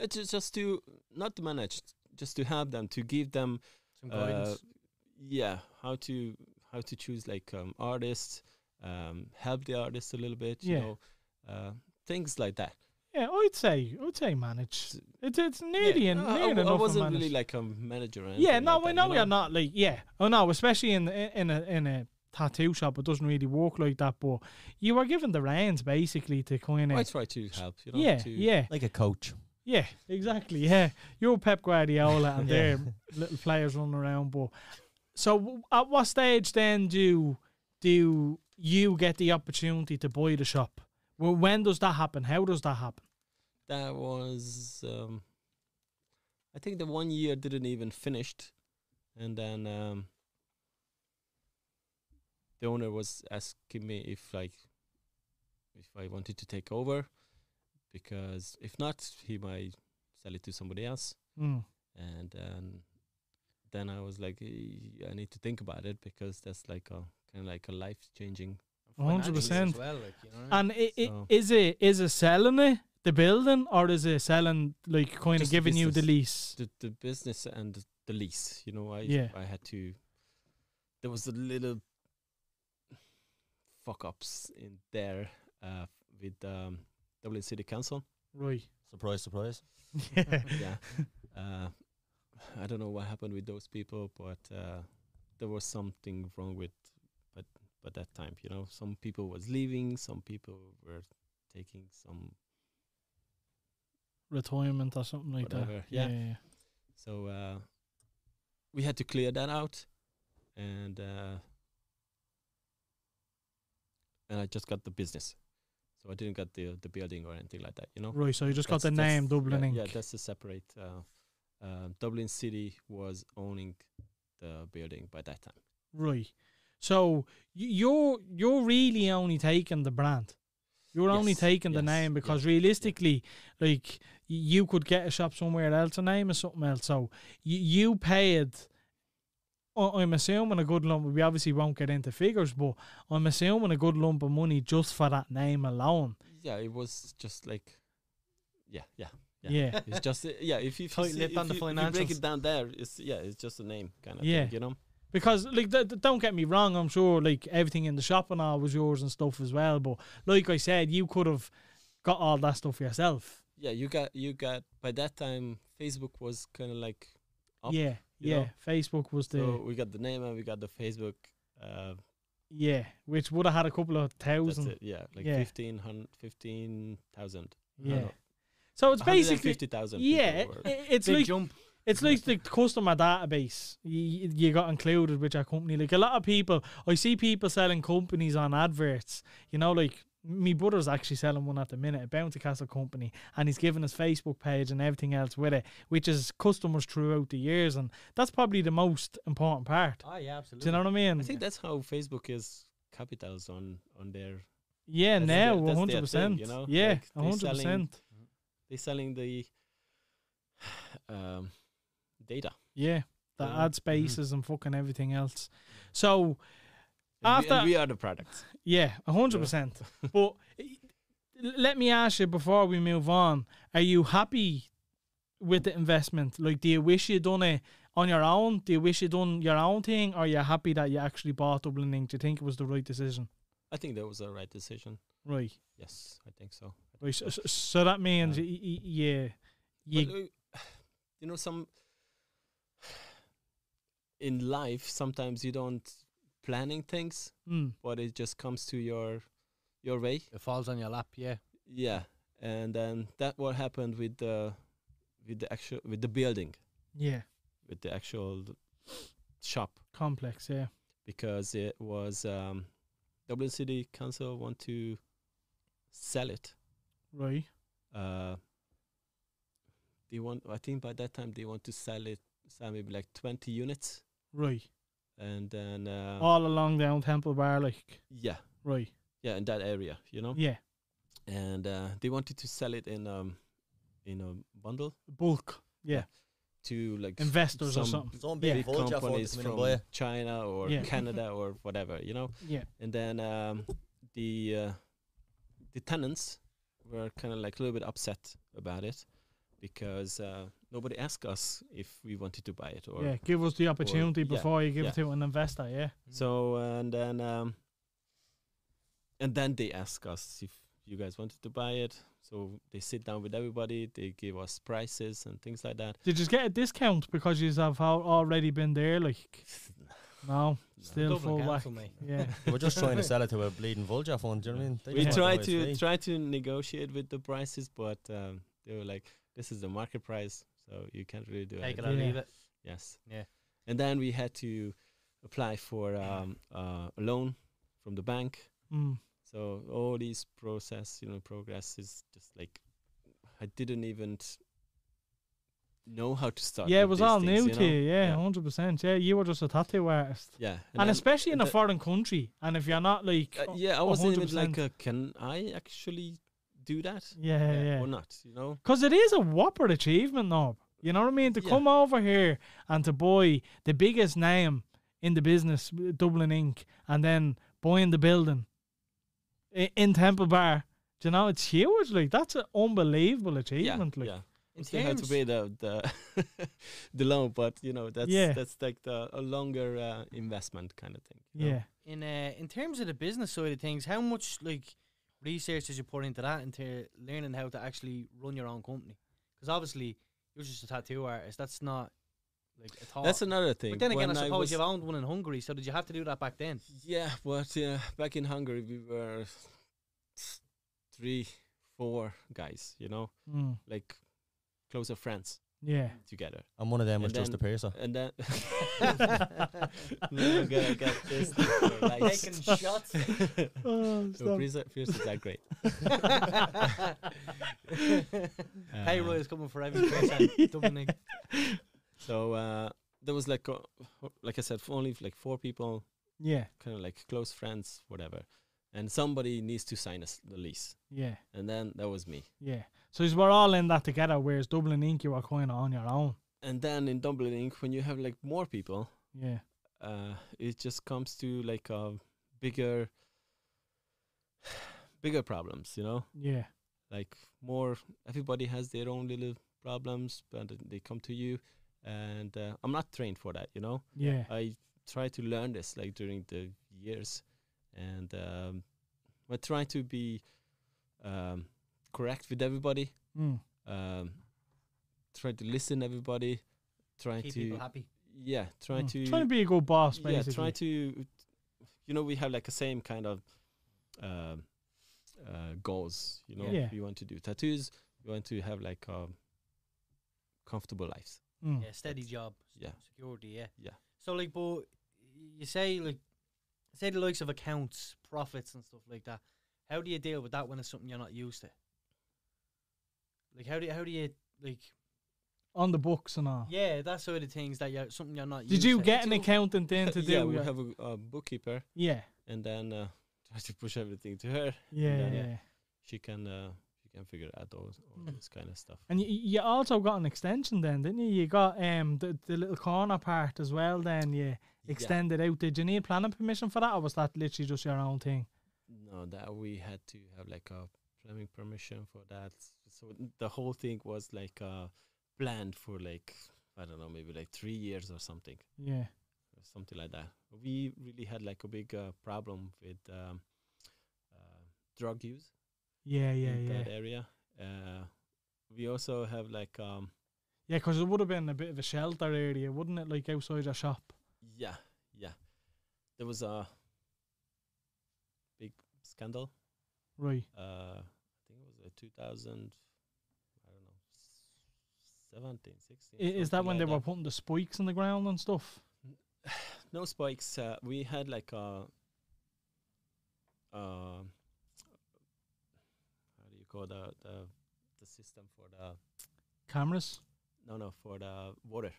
E: Uh, ju- just to not to manage, just to help them, to give them
C: Some
E: Uh,
C: guidance.
E: yeah how to how to choose like um, artists um, help the artists a little bit you
B: Yeah.
E: know uh, things like that
B: Yeah, I'd say I'd say manage. It's it's nearly
E: Yeah,
B: and
E: no, I-
B: nearly
E: I,
B: enough.
E: I
B: a
E: wasn't
B: manage.
E: really like a manager. Or
B: Yeah,
E: anything
B: no,
E: like
B: we
E: that,
B: know
E: you
B: you're not like yeah. Oh no, especially in in a in a tattoo shop, it doesn't really work like that. But you were given the reins basically to kind of
E: I try to help. You know,
B: yeah,
E: to,
B: yeah,
D: Like a coach.
B: yeah, exactly. Yeah, you're Pep Guardiola
E: *laughs*
B: and their little players running around. But so w- at what stage then do do you get the opportunity to buy the shop? Well, when does that happen? How does that happen?
E: That was, um, I think, the one year didn't even finished, and then um, the owner was asking me if like if I wanted to take over, because if not, he might sell it to somebody else.
B: Mm.
E: and then then I was like, "Eh, I need to think about it because that's like a kind of like a life changing.
B: One hundred percent.
C: As well, like, you know what I mean?
B: And i i
E: So-
B: is it is it selling it the building or is it selling like kind of
E: Just the
B: giving you the
E: business.
B: lease?
E: The the business and the- the lease, you know, I
B: Yeah.
E: I had to. There was a little fuck ups in there uh, with um, Dublin City Council. *laughs*
B: Right.
D: Surprise, surprise.
B: Yeah.
E: Yeah, uh, I don't know what happened with those people, but uh, there was something wrong with but but that time you know some people was leaving some people were taking some
B: Retirement or something like that.
E: Whatever, yeah.
B: yeah.
E: So uh, we had to clear that out, and uh, and I just got the business, so I didn't get the the building or anything like that. You know,
B: Right. So you just got the
E: That's-
B: name
E: that's-
B: Dublin
E: yeah,
B: Inc.
E: Yeah, that's a separate. Uh, uh, Dublin City was owning the building by that time.
B: Right. So y- you're you're really only taking the brand. You're only
E: Yes,
B: taking the
E: yes,
B: name
E: yeah,
B: because realistically, like y- you could get a shop somewhere else, a name or something else. So you, you paid. I- I'm assuming a good lump. We obviously won't get into figures, but I'm assuming a good lump of money just for that name alone.
E: Yeah, it was just like, yeah, yeah.
B: Yeah,
E: Yeah.
B: *laughs*
E: It's just yeah. If you, if you,
C: Tight
E: see-
C: lip
E: if
C: on the
E: you, if you break
C: financials.
E: it down there, it's yeah, it's just a name kind of
B: Yeah.
E: thing, you know.
B: because like th- th- don't get me wrong. I'm sure like everything in the shop and all was yours and stuff as well. But like I said, you could have got all that stuff yourself.
E: yeah you got you got by that time facebook was kind of like up,
B: yeah,
E: you
B: yeah.
E: know?
B: Facebook was the
E: so we got the name and we got the facebook uh
B: yeah, which would have had a couple of
E: that's
B: thousand.
E: it yeah like
B: Yeah.
E: fifteen hundred, fifteen thousand.
B: Yeah, so it's basically
E: 150000
B: yeah, eh, i- it's
C: Big
B: like
C: jump.
B: it's like the customer database you, you got included with your company. Like a lot of people, I see people selling companies on adverts. You know, like me brother's actually selling one at the minute, a Bounty Castle company, and he's given his Facebook page and everything else with it, which is customers throughout the years, and that's probably the most important part.
C: Oh yeah, absolutely.
B: Do you know what I mean?
E: i think that's how facebook is capitals on on their
B: yeah,
E: that's
B: now
E: their- that's
B: one
E: their
B: hundred
E: thing,
B: percent.
E: you know?
B: Yeah,
E: Like,
B: one
E: they're
B: hundred
E: selling-
B: percent.
E: they selling the *sighs* um data
B: Yeah, the
E: Yeah.
B: ad spaces and fucking everything else. So
E: And we- and
B: After-
E: we, are the products
B: yeah, a hundred percent.
E: *laughs*
B: But eh, let me ask you before we move on: Are you happy with the investment? Like, do you wish you done it on your own? Do you wish you done your own thing, or you are happy that you actually bought Dublin Inc? Do you think it was the right decision?
E: i think that was the right decision
B: Right.
E: yes i think so
B: right. So, so- so that means
E: Yeah.
B: y- y- yeah,
E: But,
B: you,
E: uh, *sighs* you know some *sighs* in life sometimes you don't planning things
B: mm,
E: but it just comes to your your way
C: It falls on your lap, yeah.
E: yeah and then that what happened with the with the actual with the building
B: yeah,
E: with the actual *sniffs* shop
B: complex. Yeah.
E: because it was um dublin city council want to sell it
B: Right.
E: uh they want i think by that time they want to sell it sell maybe like 20 units
B: Right.
E: and then uh,
B: All along down Temple Bar, like
E: yeah
B: right.
E: yeah in that area you know
B: Yeah.
E: and uh, they wanted to sell it in um in a bundle
B: Bulk. Yeah.
E: to like s-
B: Investors or
E: some
B: something.
D: Some
B: Yeah.
D: big
E: big
D: vulture for
E: companies
D: to come in and
E: from
D: buy it.
E: China or
B: Yeah. *laughs*
E: Canada or whatever you know
B: Yeah.
E: and then um, the uh, the tenants were kind of like a little bit upset about it because uh, nobody asked us if we wanted to buy it or
B: yeah, give us the opportunity
E: yeah,
B: before you give
E: yeah.
B: it to an investor. Yeah,
E: So and then um, and then they ask us if you guys wanted to buy it. So they sit down with everybody, they give us prices and things like that.
B: Did you get a discount because you have al- already been there?
E: *sighs*
B: Like, no, still full
C: Dublin
B: whack.
C: Council, mate.
E: *laughs*
B: Yeah,
D: We're just trying to sell it to a bleeding vulture fund. Do you know what I mean? They
E: we
D: don't
E: tried
D: know
E: to
D: it's free.
E: try to negotiate with the prices, but um, they were like, "This is the market price, so you can't really do
C: Take it
E: anything."
C: or
B: Yeah.
C: leave it.
E: Yes.
C: Yeah.
E: And then we had to apply for um, uh, a loan from the bank.
B: mm.
E: So all these process, you know, progress is just like I didn't even t- know how to start.
B: yeah, it
E: with
B: was
E: these
B: all
E: things,
B: new
E: you
B: to you.
E: know?
B: Yeah, hundred percent. Yeah, you were just a tattoo artist,
E: Yeah.
B: and,
E: then-
B: especially in a
E: the-
B: foreign country. And if you're not like,
E: uh, yeah, I wasn't even
B: 100%.
E: like, uh, can I actually do that?
B: yeah, yeah,
E: Or not? You know.
B: Because it is a whopper achievement, Nob. You know what I mean? To
E: Yeah.
B: come over here and to buy the biggest name in the business, Dublin Inc., and then buying the building i- in Temple Bar. Do you know, it's huge. Like, that's an unbelievable achievement. like,
E: yeah.
C: In
E: They had to
C: terms-
E: pay the the, *laughs* the loan, but you know that's
B: Yeah.
E: that's like the, a longer uh, investment kind of thing. you know?
B: yeah.
C: in uh, in terms of the business side of things, how much like research did you put into that into learning how to actually run your own company? Because obviously you're just a tattoo artist. That's not like at all.
E: That's another thing.
C: but then again,
E: When
C: I suppose
E: was-
C: you've owned one in Hungary, so did you have to do that back
E: *laughs*
C: then?
E: Yeah, but uh, back in Hungary we were three, four guys. You know,
B: Mm,
E: like closer friends
B: yeah.
E: *laughs* together,
D: And one of them
E: And
D: was just a
E: then-
D: piercer.
E: and *laughs* then Now I'm gonna get this thing for
B: *laughs*
E: life.
C: *laughs* shots.
B: Oh,
E: So
B: stop.
E: Pierce, Pierce is that great.
C: hey,
E: Um,
C: Roy is coming for
E: *laughs*
C: every person. Dominic.
E: So uh, there was like, uh, like I said, f- only like four people,
B: yeah,
E: kind of like close friends, whatever. And somebody needs to sign us the lease,
B: yeah,
E: and then that was me.
B: yeah. So we're all in that together, whereas Dublin Inc., you are kind of on your own.
E: And then in Dublin Inc., when you have like more people,
B: Yeah.
E: uh, it just comes to like a bigger, *sighs* bigger problems, you know.
B: Yeah.
E: Like more, everybody has their own little problems, but th- they come to you, and uh, I'm not trained for that, you know.
B: Yeah.
E: I try to learn this like during the years, and um, I try to be um, correct with everybody.
B: Mm.
E: Um, try to listen everybody. Try
C: Keep
E: to
C: people happy.
E: yeah, try
B: Mm.
E: to
B: Trying to be a good boss,
E: yeah,
B: basically.
E: try to. You know, we have like the same kind of um uh, goals. You know,
B: Yeah.
E: we want to do tattoos. We want to have like um, comfortable lives.
B: Mm.
C: Yeah, steady job.
E: Yeah.
C: Security, yeah.
E: Yeah.
C: So like but you say like say the likes of accounts, profits and stuff like that. How do you deal with that when it's something you're not used to? Like how do you, how do you like
B: On the books and all.
C: yeah, that sort of things that you're something you're not
B: Oh. Did
C: used
B: you
C: to.
B: get an accountant in *laughs*
E: *laughs*
B: to do?
E: yeah, we
B: your-
E: have a, a bookkeeper.
B: yeah,
E: and then uh, *laughs* try to push everything to her.
B: yeah, yeah,
E: then,
B: yeah.
E: yeah. She can uh, she can figure out all, all
B: Mm.
E: this kind of stuff.
B: And you, you also got an extension then, didn't you? You got um the, the little corner part as well. Then you extended out. Did you need planning permission for that, or was that literally just your own thing?
E: No, that we had to have like a planning permission for that. So the whole thing was like uh, planned for like I don't know, maybe like three years or something,
B: Yeah,
E: or something like that. We really had like a big uh, problem with um, uh, drug use
B: yeah, yeah,
E: in
B: yeah,
E: that area. Uh, we also have like um,
B: yeah. Because it would have been a bit of a shelter area, wouldn't it? Like outside your shop.
E: Yeah, yeah. There was a big scandal.
B: Right.
E: Uh, I think it was uh, 2000, I don't know, s- 17, 16.
B: I, is that
E: something
B: when they
E: like
B: were putting the spikes in the ground and stuff?
E: No spikes. Uh, we had like a. Uh, how do you call the, the the system for the
B: Cameras.
E: no no for the water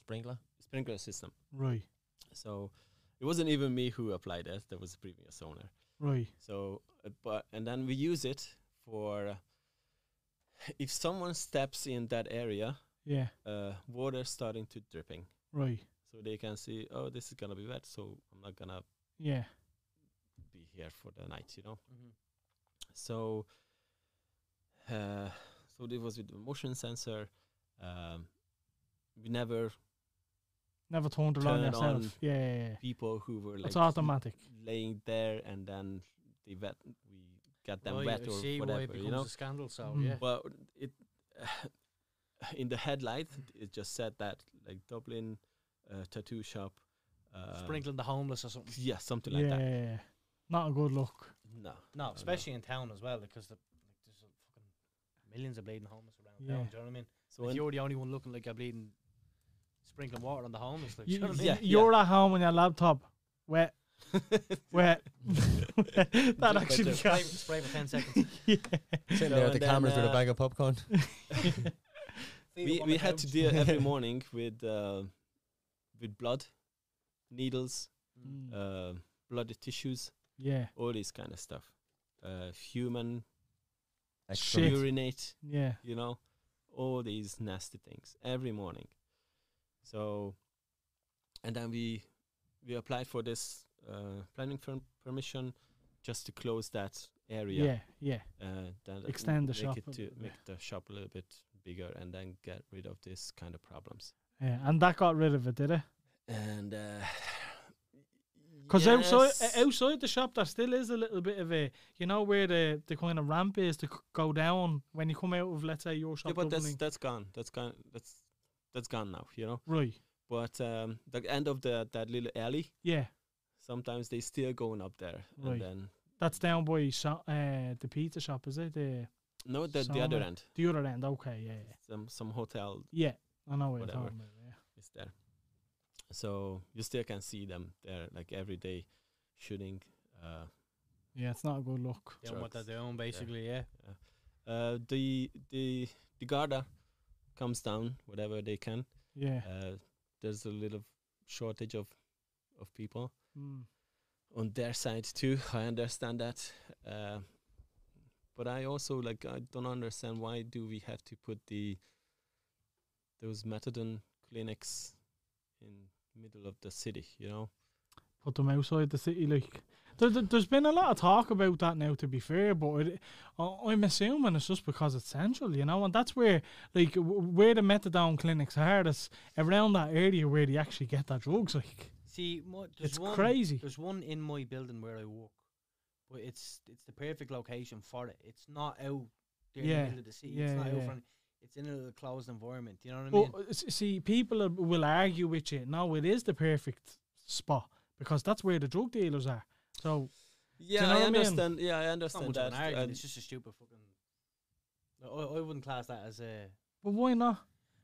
D: Sprinkler.
E: sprinkler system?
B: Right.
E: So it wasn't even me who applied it. There was a previous owner.
B: Right.
E: So, uh, but and then we use it for uh, if someone steps in that area,
B: Yeah.
E: uh, water starting to dripping,
B: Right.
E: so they can see, oh, this is gonna be wet, so I'm not gonna
B: Yeah.
E: be here for the night, you know.
C: Mhm.
E: So, uh, so it was with the motion sensor. Um, we never
B: Never turned it on
E: Turn it
B: yourself.
E: on.
B: Yeah, yeah, yeah.
E: people who were like
B: It's automatic.
E: laying there and then the vet we get them
C: Well,
E: wet
C: you
E: or
C: see why it
E: whatever,
C: becomes
E: you know.
C: a scandal. So
B: Mm.
C: yeah,
E: Well, it *laughs* in the headlight it just said that like Dublin uh, tattoo shop. Uh,
C: sprinkling the homeless or something.
E: Yeah, something like
B: yeah,
E: that.
B: not a good look.
E: No,
C: No, especially in town as well, because the, like, there's a fucking millions of bleeding homeless around
B: Yeah.
C: town. Do you know what I mean?
E: So
C: if
E: *laughs* in-
C: you're the only one looking like a bleeding, sprinkling water on the homeless, like, do
B: You,
C: you know what I mean?
E: yeah,
B: you're at home on your laptop,
E: *laughs*
B: wet, wet. *laughs* that actually *laughs*
C: Spray,
B: got
C: spray for ten seconds.
D: Sitting there
E: So
D: at the
E: and then,
D: cameras with
E: uh,
D: a bag of popcorn.
E: we, we had to deal every
B: *laughs*
E: morning with uh, with blood, needles,
B: Mm.
E: uh, bloody tissues,
B: yeah,
E: all this kind of stuff. Uh, human
B: Shit.
E: urinate,
B: yeah.
E: you know, all these nasty things every morning. So, and then we we applied for this uh, planning firm permission just to close that area.
B: Yeah, yeah,
E: uh, then
B: Extend the
E: make
B: shop
E: it
B: a
E: to
B: bit, yeah.
E: make the shop a little bit bigger and then get rid of this kind of problems
B: yeah. And that got rid of it, did it?
E: and uh
B: Because outside
E: yes,
B: uh, outside the shop, there still is a little bit of a you know where the the kind of ramp is to c- go down when you come out of let's say your shop
E: yeah, but that's
B: opening.
E: that's gone that's gone that's that's gone now you know
B: right.
E: but um the end of the that little alley
B: Yeah,
E: sometimes they still going up there
B: Right.
E: and then
B: that's down by so, uh, the pizza shop, is it? Uh, The
E: no the, the other
B: Somewhere.
E: end
B: the other end. Okay, yeah, yeah.
E: some some hotel
B: yeah. I know what you're
E: Whatever.
B: talking about. Yeah.
E: is there so you still can see them there like every day shooting uh
B: Yeah, it's not a good look.
C: Doing what they're
E: Drugs.
C: doing, basically. Yeah.
E: Uh, the the the Garda comes down whatever they can.
B: Yeah.
E: Uh, there's a little shortage of of people
B: Mm.
E: on their side too. *laughs* I understand that, uh, but I also like I don't understand why do we have to put the those methadone clinics in middle of the city? You know,
B: Put them outside the city, like. There, there, there's been a lot of talk about that now, to be fair, but it, I- I'm assuming it's just because it's central, you know, and that's where, like, w- where the methadone clinics are, it's around that area where they actually get that drugs, like.
C: See, mo- there's
B: It's
C: one,
B: crazy.
C: There's one in my building where I work, but it's it's the perfect location for it. It's not out there in
B: Yeah,
C: the middle of the city.
B: yeah,
C: it's not
B: yeah.
C: out front. It's in a little closed environment. You know what I mean?
B: Well, uh, s- see, people are- will argue with you. No, it is the perfect spot because that's where the drug dealers are. So,
E: yeah,
B: know what I
E: I
B: mean?
E: understand. Yeah, I
C: it's not
E: understand
C: much of
E: that.
C: an argument.
E: and-
C: it's just a stupid fucking. No, I, I wouldn't class that as a
B: but why not?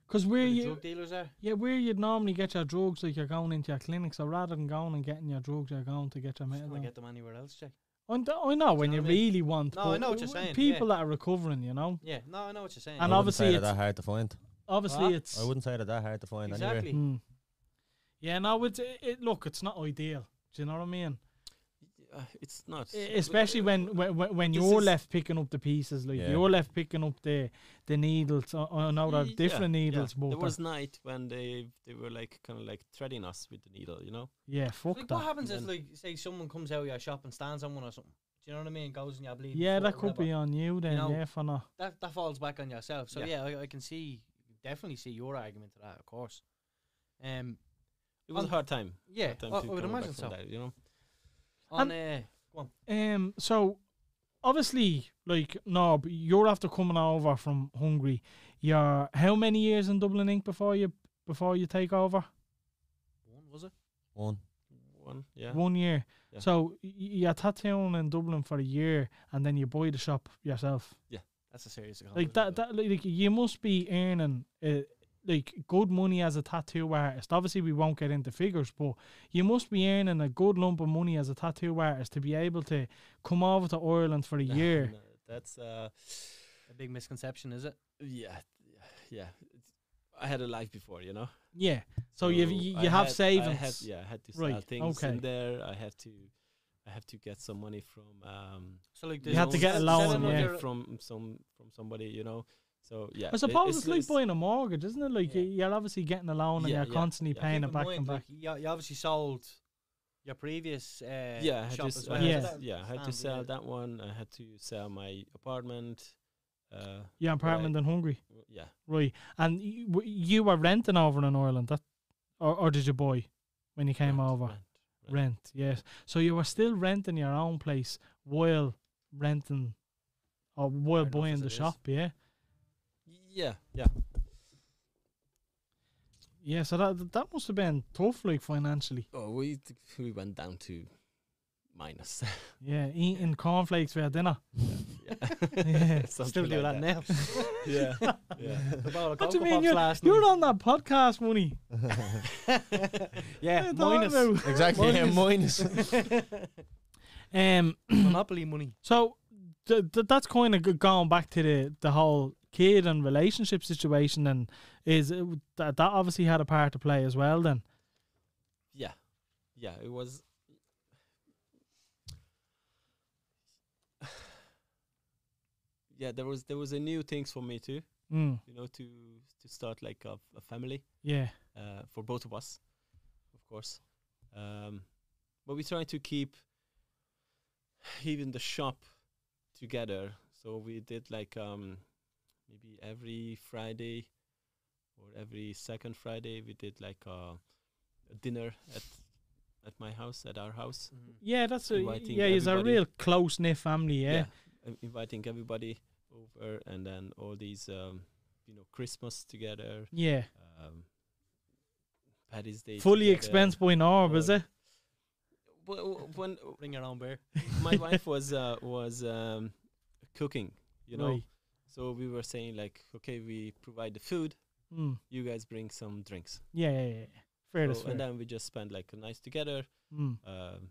B: Because where
C: where the
B: you
C: drug dealers are.
B: Yeah, where you'd normally get your drugs, like you're going into your clinic, so rather than going and getting your drugs, you're going to get your
C: Just not
B: methadone.
C: get them anywhere else, Jay.
B: I d- I know when
C: know
B: you
C: what I mean?
B: really want.
C: No, I
B: but
C: know what you're
B: w-
C: saying,
B: People that are recovering, you know.
C: Yeah, no, I know what you're saying.
B: And
D: I wouldn't
B: obviously
D: say that
B: it's-
D: that hard to find.
B: Obviously,
C: Huh?
B: it's
D: I wouldn't say that that hard to find anyway.
C: exactly.
B: Mm. Yeah, no, it's it, it. Look, it's not ideal. Do you know what I mean?
E: uh, it's not
B: E-
C: uh,
B: Especially when when when- when
E: This
B: you're
E: is-
B: left picking up the pieces, like
D: Yeah.
B: you're left picking up the the needles. I, I know there are
E: Y-
B: different
E: yeah, yeah.
B: needles, but
E: there
B: they're-
E: was night when they they were like kind of like threading us with the needle, you know.
B: yeah, fuck
C: Like,
B: that.
C: what happens if,
E: then-
C: like, say someone comes out of your shop and stands on one or something? Do you know what I mean? Goes in your bleeding.
B: yeah,
C: foot or
B: that could
C: whatever.
B: be on you then.
C: know,
B: yeah, for now.
C: that that falls back on yourself. So yeah,
E: Yeah.
C: I, I can see definitely see your argument to that, of course. Um,
E: It was a
C: On-
E: hard time.
C: yeah,
E: hard
C: I,
E: time
C: I
E: to
C: would
E: come back
C: imagine
E: from
C: so.
E: that, you know.
C: On uh,
B: Um. So, obviously, like Nob, you're after coming over from Hungary. You're how many years in Dublin Inc. before you before you take over?
C: one was it?
D: One.
E: One, yeah.
B: One year.
E: Yeah.
B: So y- you're tattooing in Dublin for a year, and then you buy the shop yourself.
C: That's a serious
B: Like that. That like, like you must be earning. Uh, like good money as a tattoo artist. Obviously, we won't get into figures, but you must be earning a good lump of money as a tattoo artist to be able to come over to Ireland
E: *laughs*
B: for a year.
E: No, that's uh,
C: a big misconception, is it?
E: yeah, yeah. It's, I had a life before, you know.
B: Yeah. So you've- you-
E: I
B: you have
E: had- I
B: savings.
E: had, yeah, I had to
B: Right,
E: start things
B: okay.
E: in there. I have to, I have to get some money from um.
C: So like
B: You
C: there's
B: had to
C: no-
B: get a
C: there's
B: loan,
C: no
E: some money
B: yeah.
C: other-
E: From some from somebody, you know. So yeah.
B: I
E: it-
B: suppose it's, like buying a mortgage, isn't it? Like
E: Yeah.
B: you- you're obviously getting a loan and
E: Yeah,
B: you're
E: yeah,
B: constantly
E: yeah.
B: paying
C: keep
B: it
C: in
B: back
C: mind,
B: and back.
C: like, you, you obviously sold your previous uh,
E: yeah, I had
C: shop
E: to, s-
C: as
E: I
C: well.
E: had
B: Yeah.
E: to s-
C: That
E: yeah, I had to
C: stands,
E: sell
C: yeah.
E: that one. I had to sell my apartment. Uh,
B: Your apartment in Hungary,
E: w- yeah,
B: right? And you, w- you were renting over in Ireland, that, or or did you buy when you came
E: rent,
B: over?
E: rent.
B: Rent, yes. So you were still renting your own place while renting or while
E: Fair enough,
B: buying
E: as
B: the
E: it is.
B: shop. Yeah,
E: Yeah, yeah.
B: yeah. So that that must have been tough, like financially.
E: Oh, we th- we went down to minus.
B: Yeah, eating cornflakes for dinner. *laughs*
E: yeah, *laughs*
C: Still do that, now.
E: *laughs* Yeah, yeah.
C: *laughs* The bottle of
B: What do you
C: Cocoa
B: mean
C: Pops last
B: You're
C: night.
B: on that podcast money.
C: *laughs*
B: *laughs*
C: yeah,
B: What are you
C: minus
E: *laughs*
B: talking about?
D: Exactly. yeah, minus.
B: Um,
C: monopoly money.
B: So th- th- that's kind of going back to the the whole kid and relationship situation, and is it, that that obviously had a part to play as well. Then
E: yeah, yeah. It was. *sighs* Yeah, there was there was a new things for me too.
B: mm,
E: You know, to to start like a, a family
B: yeah,
E: uh, for both of us, of course. Um, but we try to keep even the shop together. So we did like um, maybe every Friday or every second Friday we did like a, a dinner at at my house at our house.
C: Mm-hmm.
B: yeah. That's a
E: Inviting
B: yeah. It's a
E: everybody.
B: real close knit family. Yeah.
E: I'm inviting everybody over, and then all these um, you know Christmas together,
B: Yeah,
E: um, Paddy's Day.
B: fully
E: together.
B: expensed by Norb, is
E: or-
B: it?
E: Well, when
C: Bring your own beer.
E: my wife was uh, was um, cooking, you know.
B: Right.
E: So we were saying like, okay, we provide the food,
B: Mm.
E: you guys bring some drinks,
B: Yeah, yeah, yeah. Fair
E: So-
B: enough.
E: and then we just spend like a nice together.
B: Mm.
E: Um,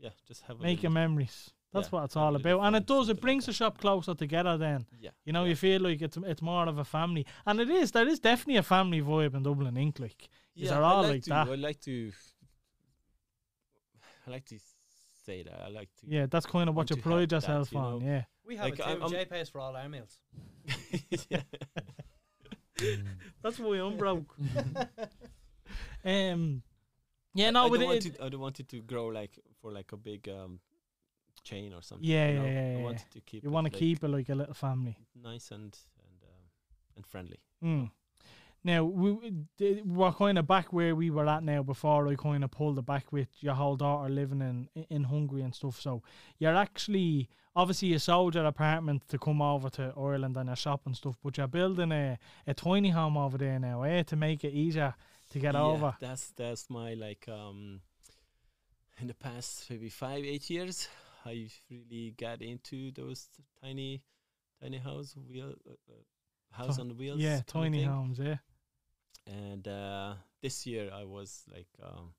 E: yeah, just have a
B: Making
E: little-
B: memories. That's
E: Yeah,
B: what it's
E: a
B: all
E: little
B: about, and it
E: fun,
B: does.
E: something
B: It
E: like
B: brings
E: that.
B: the shop closer together. Then
E: Yeah,
B: you know
E: yeah.
B: you feel like it's it's more of a family, and it is. There is definitely a family vibe in Dublin, Inc. Like These are all
E: I
B: like
E: to,
B: that.
E: I like to. I like to say that. I like *laughs* to.
B: Yeah, that's kind of what
E: want
B: you
E: to
B: pride
E: have that,
B: yourself
E: you
B: on.
E: know?
B: Yeah,
C: We have
E: Like,
C: it
E: I'm-
C: too.
E: I'm-
C: Jay pays for all our meals.
E: *laughs* yeah.
B: that's why I'm
E: *laughs*
B: broke. um, yeah, no,
E: I
B: with
E: don't want
B: it,
E: it, I don't want it to grow like for like a big um, chain or something.
B: Yeah,
E: you
B: yeah,
E: know?
B: yeah,
E: I
B: yeah,
E: want
B: yeah.
E: it to keep.
B: you
E: it,
B: want to
E: like,
B: keep it like a little family.
E: nice and and um, and friendly.
B: Mm. Now we we d- we're kind of back where we were at now before I kind of pulled it back with your whole daughter living in in Hungary and stuff. So you're actually obviously you sold your apartment to come over to Ireland and your shop and stuff, but you're building a a tiny home over there now, eh? To make it easier to get
E: Yeah,
B: over.
E: That's that's my like um in the past maybe five eight years I really got into those t- tiny tiny house wheel uh, uh, house
B: Ti-
E: on wheels.
B: Yeah,
E: kinda
B: tiny
E: thing.
B: homes, yeah.
E: And uh, this year I was like um,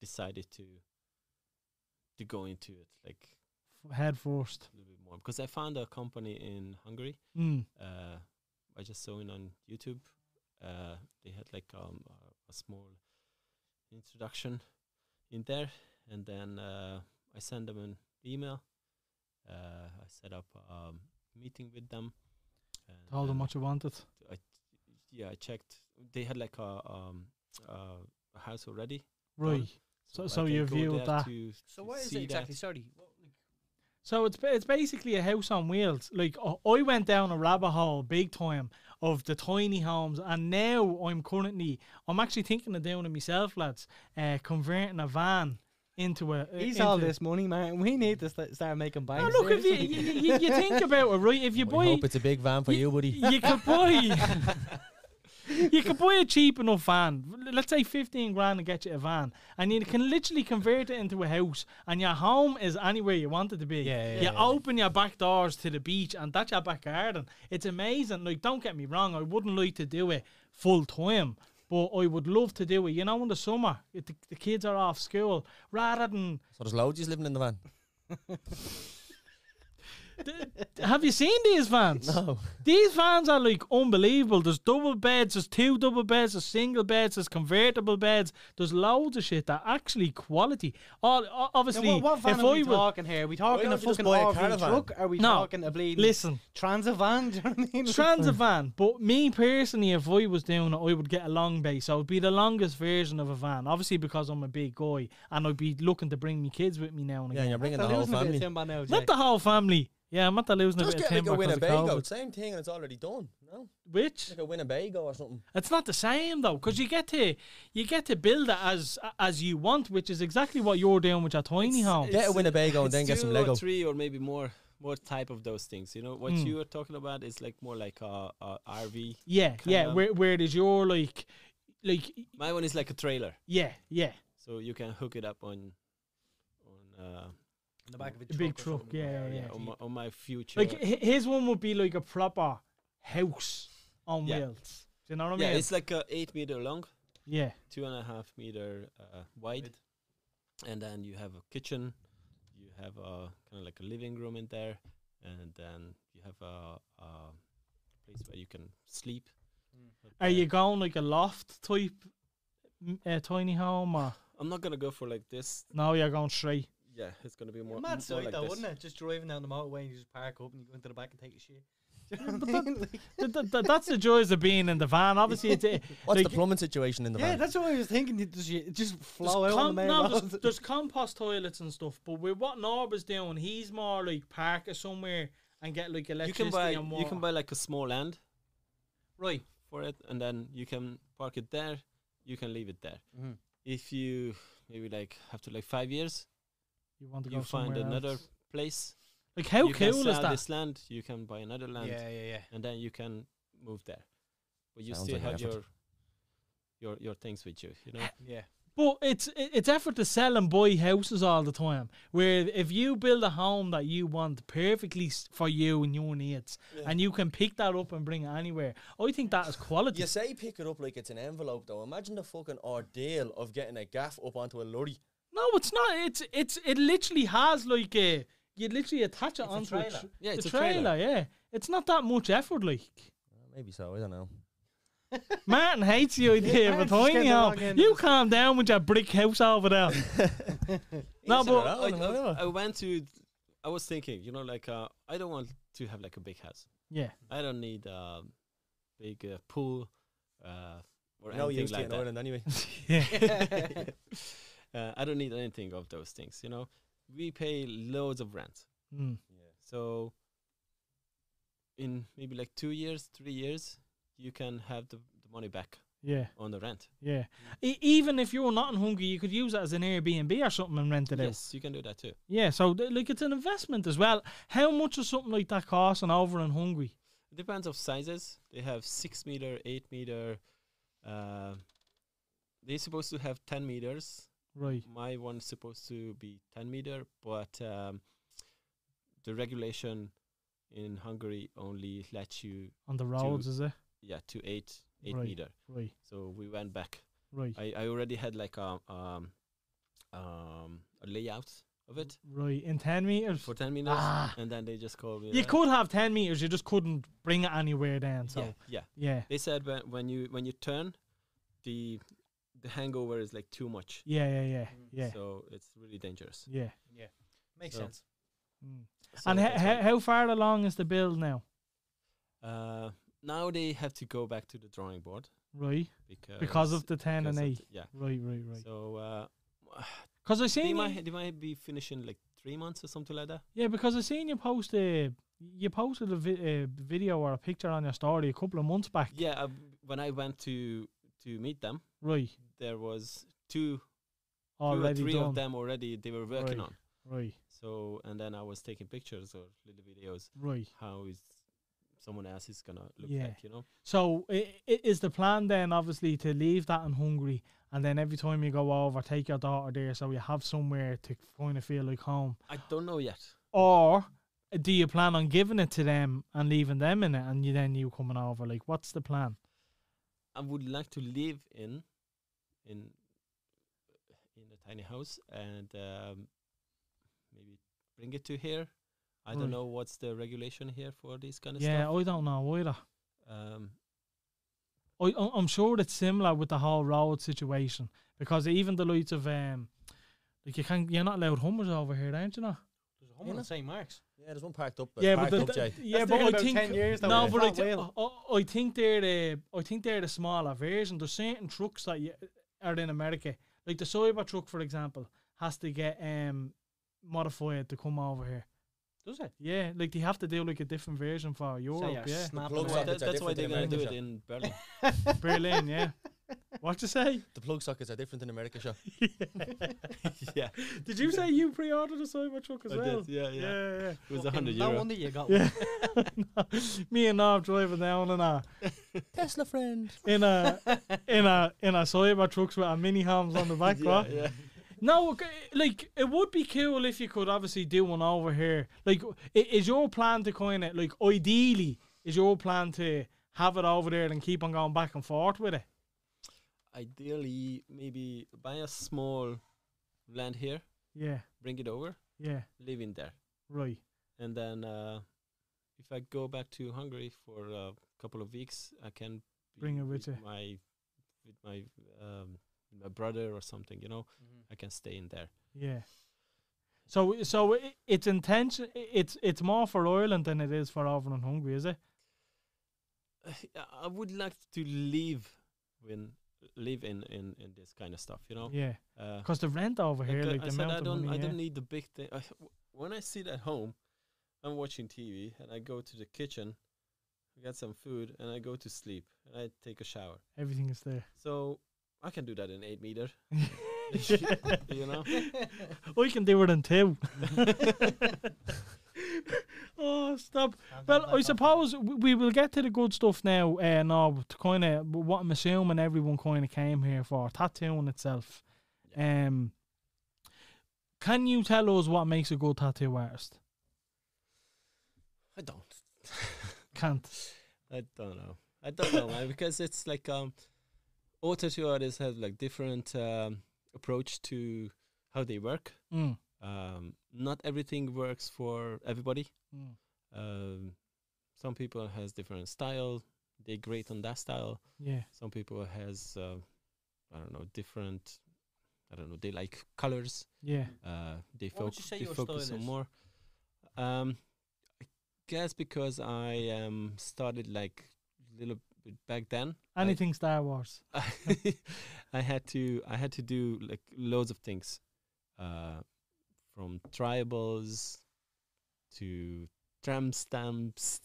E: decided to to go into it like
B: F- Head first.
E: a little bit more because I found a company in Hungary
C: Hmm.
B: Mm.
E: uh, I just saw it on YouTube. Uh, they had like um, a, a small introduction in there, and then uh, I sent them an email. Uh, I set up a um, meeting with them. and
B: Told them
E: then
B: what you wanted.
E: I, yeah, I checked. They had like a um, uh, a house already.
B: Right. So, so you viewed that.
C: So what is
E: See
C: it exactly?
E: that.
C: Sorry. What,
B: So it's ba- it's basically a house on wheels. Like I- I went down a rabbit hole big time of the tiny homes, and now I'm currently I'm actually thinking of doing it myself, lads. Uh, converting a van into a. uh,
C: He's
B: into-
C: all this money, man. We need to st- start making
B: No,
C: banks.
B: look if you,
C: *laughs*
B: you, you, you think about it, right? If you
D: I
B: buy
D: hope it's a big van for you, buddy.
B: *laughs* you could
D: *laughs*
B: buy you could buy a cheap enough van let's say 15 grand and get you a van and you can literally convert it into a house and your home is anywhere you want it to be
D: Yeah, yeah,
B: you
D: yeah.
B: open your back doors to the beach and that's your back garden it's amazing like don't get me wrong i wouldn't like to do it full time but I would love to do it. You know, in the summer, it, the, the kids are off school. Rather than,
D: So there's loads of living in the van.
B: have you seen these vans?
D: No.
B: These vans are like unbelievable. There's double beds, there's two double beds, there's single beds, there's convertible beds. There's loads of shit that actually quality. All o- obviously,
C: what, what van
B: if
C: are we
B: I will
C: talking here? Are we talking
D: don't you
C: a
D: just
C: fucking
D: buy a
C: RV
D: caravan?
C: truck? Are we
B: No.
C: talking a bleeding
B: listen,
C: transit van? *laughs* Do you know what I mean?
B: transit van. But me personally, if I was doing it, I would get a long base. So it'd be the longest version of a van. Obviously, because I'm a big guy and I'd be looking to bring me kids with me now and
D: Yeah,
B: again.
D: and you're bringing
C: They're
D: the whole
C: losing a bit of
D: family.
C: timber now, Jay.
B: Not the whole family. Yeah, I'm after losing
D: Just
B: a bit
D: get
B: of
D: like a
B: timber 'cause of
D: Winnebago.
B: COVID.
D: Same thing, and it's already done. No,
B: Which
D: like a Winnebago or something.
B: it's not the same though, because you get to you get to build it as as you want, which is exactly what you're doing with your tiny home.
D: Get a Winnebago and then
E: It's
D: get some
E: two
D: Lego.
E: or three or maybe more more type of those things. You know what
B: Mm.
E: you were talking about is like more like a, a RV.
B: Yeah, yeah.
E: Kinda.
B: Where where it is your like like
E: My one is like a trailer,
B: yeah yeah
E: so you can hook it up on on uh,
C: in the back of a
B: a big
C: truck. or
B: truck.
C: something.
B: Yeah yeah. yeah.
E: on, my, on my future.
B: Like hi- his one would be like a proper house on
E: Yeah.
B: wheels. Do you know what I mean?
E: yeah, it's like uh, eight meter long,
B: yeah.
E: two and a half meter uh, wide,
C: Wide.
E: and then you have a kitchen, you have a kind of like a living room in there, and then you have a, a place where you can sleep. But,
B: Are
E: uh,
B: you going like a loft type m- uh, tiny home or
E: I'm not gonna go for like this.
B: no? You're going straight.
E: Yeah, it's gonna be more,
C: Mad
E: more
C: sight
E: like
C: though,
E: this.
C: wouldn't it? Just driving down the motorway and you just park up and you go into the back and take a shit. *laughs* Do you know
B: But
C: what I mean? Like-
B: Th- th- th- that's the joys of being in the van. Obviously, it's, uh,
D: What's
B: like,
D: the plumbing situation in the
C: yeah,
D: van?
C: that's what I was thinking. You just, you just
B: there's
C: flow out on the
B: com-
C: main
B: no,
C: road.
B: there's,
C: *laughs*
B: there's compost toilets and stuff. But with what Norb is doing, he's more like park it somewhere and get like
E: You
B: electricity
E: can buy
B: and water.
E: you can buy like a small land
C: right.
E: for it, and then you can park it there. You can leave it there.
B: Mm-hmm.
C: Mhm.
E: If you maybe like have to like five years,
B: You want to
E: you
B: go
E: find
B: somewhere
E: another
B: else.
E: place.
B: Like how
E: you can
B: cool
E: sell
B: is that?
E: this land. You can buy another land.
C: Yeah, yeah, yeah.
E: and then you can move there. But you
D: Sounds
E: still
D: like an
E: have your
D: effort.
E: your your things with you, you know.
B: Ah,
C: Yeah.
B: But it's i- it's effort to sell and buy houses all the time. Where if you build a home that you want perfectly s- for you and your needs, and you can pick that up and bring it anywhere, I think that is quality.
D: You say pick it up like it's an envelope, though. Imagine the fucking ordeal of getting a gaff up onto a lorry.
B: No, it's not. It's it's it literally has like a you literally attach it onto a
C: trailer.
B: tr-
E: Yeah,
B: the
E: it's a
B: trailer.
E: trailer.
B: Yeah, it's not that much effort. Like
D: Maybe so. I don't know.
B: Martin hates the idea of a
C: Martin's just
B: tiny
C: getting along
B: home.
C: in.
B: You calm down with your brick house over there. no, but
D: Easy enough.
E: I,
D: Oh, no, no.
E: I, I went to. I was thinking, you know, like uh, I don't want to have like a big house.
B: yeah,
E: I don't need a big uh, pool uh, or
D: no
E: anything
D: use to
E: like
D: in
E: that.
D: Ireland anyway.
B: yeah.
E: uh, I don't need anything of those things, you know. We pay loads of rent,
B: Mm.
E: so in maybe like two years, three years, you can have the, the money back
B: Yeah,
E: on the rent.
B: yeah. E- even if you're not in Hungary, you could use it as an Airbnb or something and rent it out.
E: Yes, you can do that too.
B: Yeah, so th- like it's an investment as well. How much does something like that cost and over in Hungary?
E: It depends of sizes. They have six meter, eight meter. Uh, they're supposed to have ten meters.
B: Right.
E: My one's supposed to be ten meter, but um, the regulation in Hungary only lets you
B: On the roads, is it?
E: yeah to eight eight
B: Right.
E: meter.
B: Right,
E: So we went back.
B: right,
E: I, I already had like a um, um, a layout of it
B: right. In 10 meters?
E: for ten meters,
B: Ah.
E: and then they just called me.
B: You
E: like-
B: could have 10 meters, you just couldn't bring it anywhere then. So,
E: yeah, yeah.
B: yeah,
E: They said when, when you when you turn, the the hangover is like too much.
B: yeah, yeah, yeah,
C: Mm.
B: yeah.
E: So it's really dangerous.
B: yeah.
C: Makes
E: So-
C: sense.
B: Mm.
E: So
B: And h-
E: that's why-
B: h- how far along is the build now?
E: uh, now they have to go back to the drawing board
B: Right,
E: because
B: because of the 10
E: Uh,
B: and
E: because of
B: 8.
E: the- yeah.
B: Right, right, right.
E: So uh,
B: Because I
E: they
B: seen you,
E: might they might be finishing like three months or something like that.
B: yeah, because I seen you post a you posted a vi- a video or a picture on your story a couple of months back.
E: Yeah. Uh, when I went to to meet them,
B: Right,
E: there was two, two or
B: already
E: three
B: done.
E: of them already they were working
B: Right.
E: on.
B: Right,
E: So and then I was taking pictures or little videos
B: right.
E: how is someone else is gonna look
B: Yeah.
E: like you know.
B: So i- i- is the plan then obviously to leave that in Hungary and then every time you go over, take your daughter there so you have somewhere to kind of feel like home?
E: I don't know yet.
B: Or do you plan on giving it to them and leaving them in it and you, then you coming over? Like, what's the plan?
E: I would like to live in in in a tiny house and um, maybe bring it to here. I
B: Right.
E: don't know what's the regulation here for this kind of
B: Hmm. yeah, oh.
E: stuff.
B: I don't know either.
E: Um,
B: I, I- I'm sure it's similar with the whole road situation because even the lights of, um, like, you can't, you're not allowed Hummers over here, aren't you? Not?
C: There's a home in St. Mark's.
D: Yeah, there's one parked up.
B: yeah, but
D: parked
B: the,
D: up, Jay.
B: th- yeah,
C: That's
B: but
C: taking
B: I
C: about
B: think
C: 10 years, that
B: no,
C: one.
B: but I,
C: Flat
B: th-
C: wheel.
B: I, I think they're the I think they're the smaller version. There's certain trucks that you, are in America, like the cyber truck, for example, has to get um modified to come over here.
C: Does it?
B: Yeah, like they have to do like a different version for Europe.
C: yeah.
B: Yeah,
C: Snap
D: Plug
E: Well,
D: sockets
E: that-
D: are
E: that's why
D: different
E: they're
D: in
E: gonna do
D: America,
E: it in Berlin.
B: Berlin.
E: *laughs*
B: Yeah, what you say? *laughs*
D: The plug sockets are different in America, sure.
E: yeah,
B: Did you say you pre-ordered a Cybertruck *laughs*
E: *laughs*
B: as
E: I
B: well?
E: did, yeah, Oh, yeah,
B: yeah, yeah.
E: It was
C: Fucking
E: hundred
C: No
E: euro.
C: wonder you *laughs* got
B: Yeah. *laughs* Me and Norm driving down in a
D: Tesla friend.
B: in a in a in a cyber trucks with a mini hams on the back,
E: *laughs* yeah,
B: right?
E: yeah.
B: No, okay, like it would be cool if you could obviously do one over here. Like, i- is your plan to kind of like ideally is your plan to have it over there and keep on going back and forth with it?
E: Ideally, maybe buy a small land here,
B: Yeah,
E: bring it over,
B: yeah,
E: live in there,
B: right.
E: and then uh, if I go back to Hungary for a couple of weeks, I can be
B: Bring it with you.
E: my with my um, my brother or something. You know, I can stay in there.
B: Yeah. So, so i- it's intention. It's it's more for Ireland than it is for over in Hungary, is it?
E: I- I would like to live when live in in in this kind of stuff. You know,
B: Yeah.
E: uh,
B: Because the rent over
E: Like
B: here,
E: I-
B: like
E: I
B: the
E: said,
B: amount
E: I
B: of
E: don't,
B: money,
E: I e
B: yeah.
E: don't need the big thing. I, when I sit at home, I'm watching TV and I go to the kitchen, I get some food, and I go to sleep and I take a shower.
B: Everything is *laughs*
E: *laughs*
B: there.
E: So I can do that in eight meter. you know,
B: I can do it in
E: *laughs*
B: two. *laughs* oh, stop. Well, I suppose w- we will get to the good stuff now. Uh, now, to kind of what I'm assuming everyone kind of came here for tattooing itself. Um, can you tell us what makes a good tattoo artist?
E: I don't.
B: Can't.
E: I don't know. I don't know, man, because it's like um, all tattoo artists have like different um, approach to how they work.
B: Mm.
E: Um, not everything works for everybody.
B: Mm.
E: Um, some people has different style. They're great on that style.
B: Yeah.
E: Some people has uh, I don't know different. I don't know. They like colors.
B: Yeah.
E: Uh, they,
C: What would you
E: foc-
C: say
E: they
C: your
E: focus
C: style
E: on
C: is?
E: more. Um, I guess because I um started like little bit back then.
C: *laughs*
E: *laughs* I-
B: Anything Star Wars.
E: I, had to I had to do like loads of things, uh, from tribals to tram stamps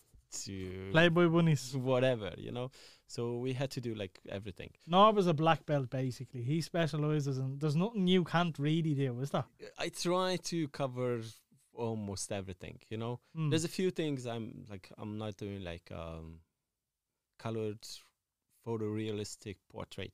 E: to
B: Playboy bunnies.
E: whatever you know. So we had to do like everything.
B: Norb is a black belt basically. He specializes in. There's nothing you can't really do, is there?
E: I try to cover almost everything, you know.
C: Hmm.
B: Mm.
E: There's a few things I'm like I'm not doing like um colored photorealistic portrait,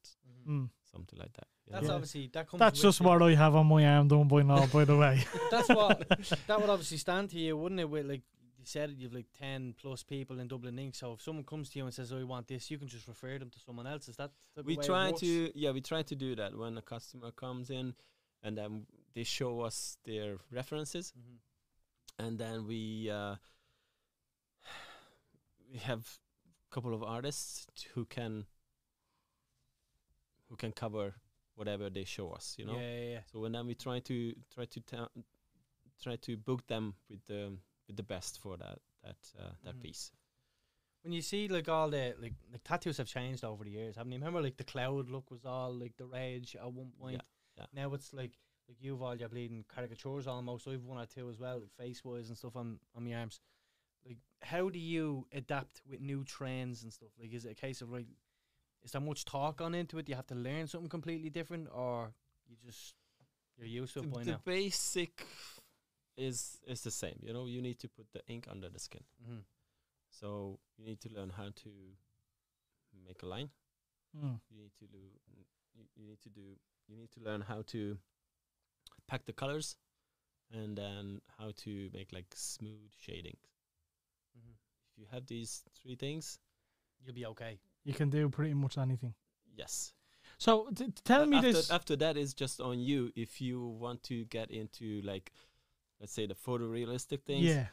B: Mm.
E: something like that. you
C: That's
E: know?
C: Mhm. obviously that comes.
B: That's
C: with
B: just
C: the-
B: what I have on my arm done by now, by the way.
C: That's what that would obviously stand to you, wouldn't it? With like you said, you've like ten plus people in Dublin Inc. So if someone comes to you and says, "Oh, I want this," you can just refer them to someone else. Is that the
E: we
C: way it
E: try
C: works?
E: to yeah we try to do that when a customer comes in and then they show us their references
C: Mhm.
E: and then we uh, we have a couple of artists who can who can cover whatever they show us you know
C: Yeah, yeah, yeah.
E: so and then we try to try to ta- try to book them with the with the best for that that uh, that
C: Mhm.
E: piece
C: When you see like all the like, like tattoos have changed over the years, haven't you? Remember like the cloud look was all like the rage at one point.
E: yeah.
C: Now it's like like you've all your bleeding caricatures almost. I've one or two as well, like face wise and stuff on on my arms. Like, how do you adapt with new trends and stuff? Like, is it a case of like, is there much talk on into it? Do you have to learn something completely different, or you just you're used to it by
E: the
C: now?
E: basic is is the same you know you need to put the ink under the skin
C: Mm-hmm.
E: So you need to learn how to make a line.
B: *laughs* Mm.
E: You need to do. You, you need to do. You need to learn how to pack the colors, and then how to make like smooth shading.
C: Mm-hmm.
E: If you have these three things,
C: You'll be okay.
B: You can do pretty much anything.
E: yes.
B: So t- t- tell
E: A-
B: me
E: after,
B: this.
E: After that is just on you. If you want to get into like, let's say the photorealistic things,
B: yeah.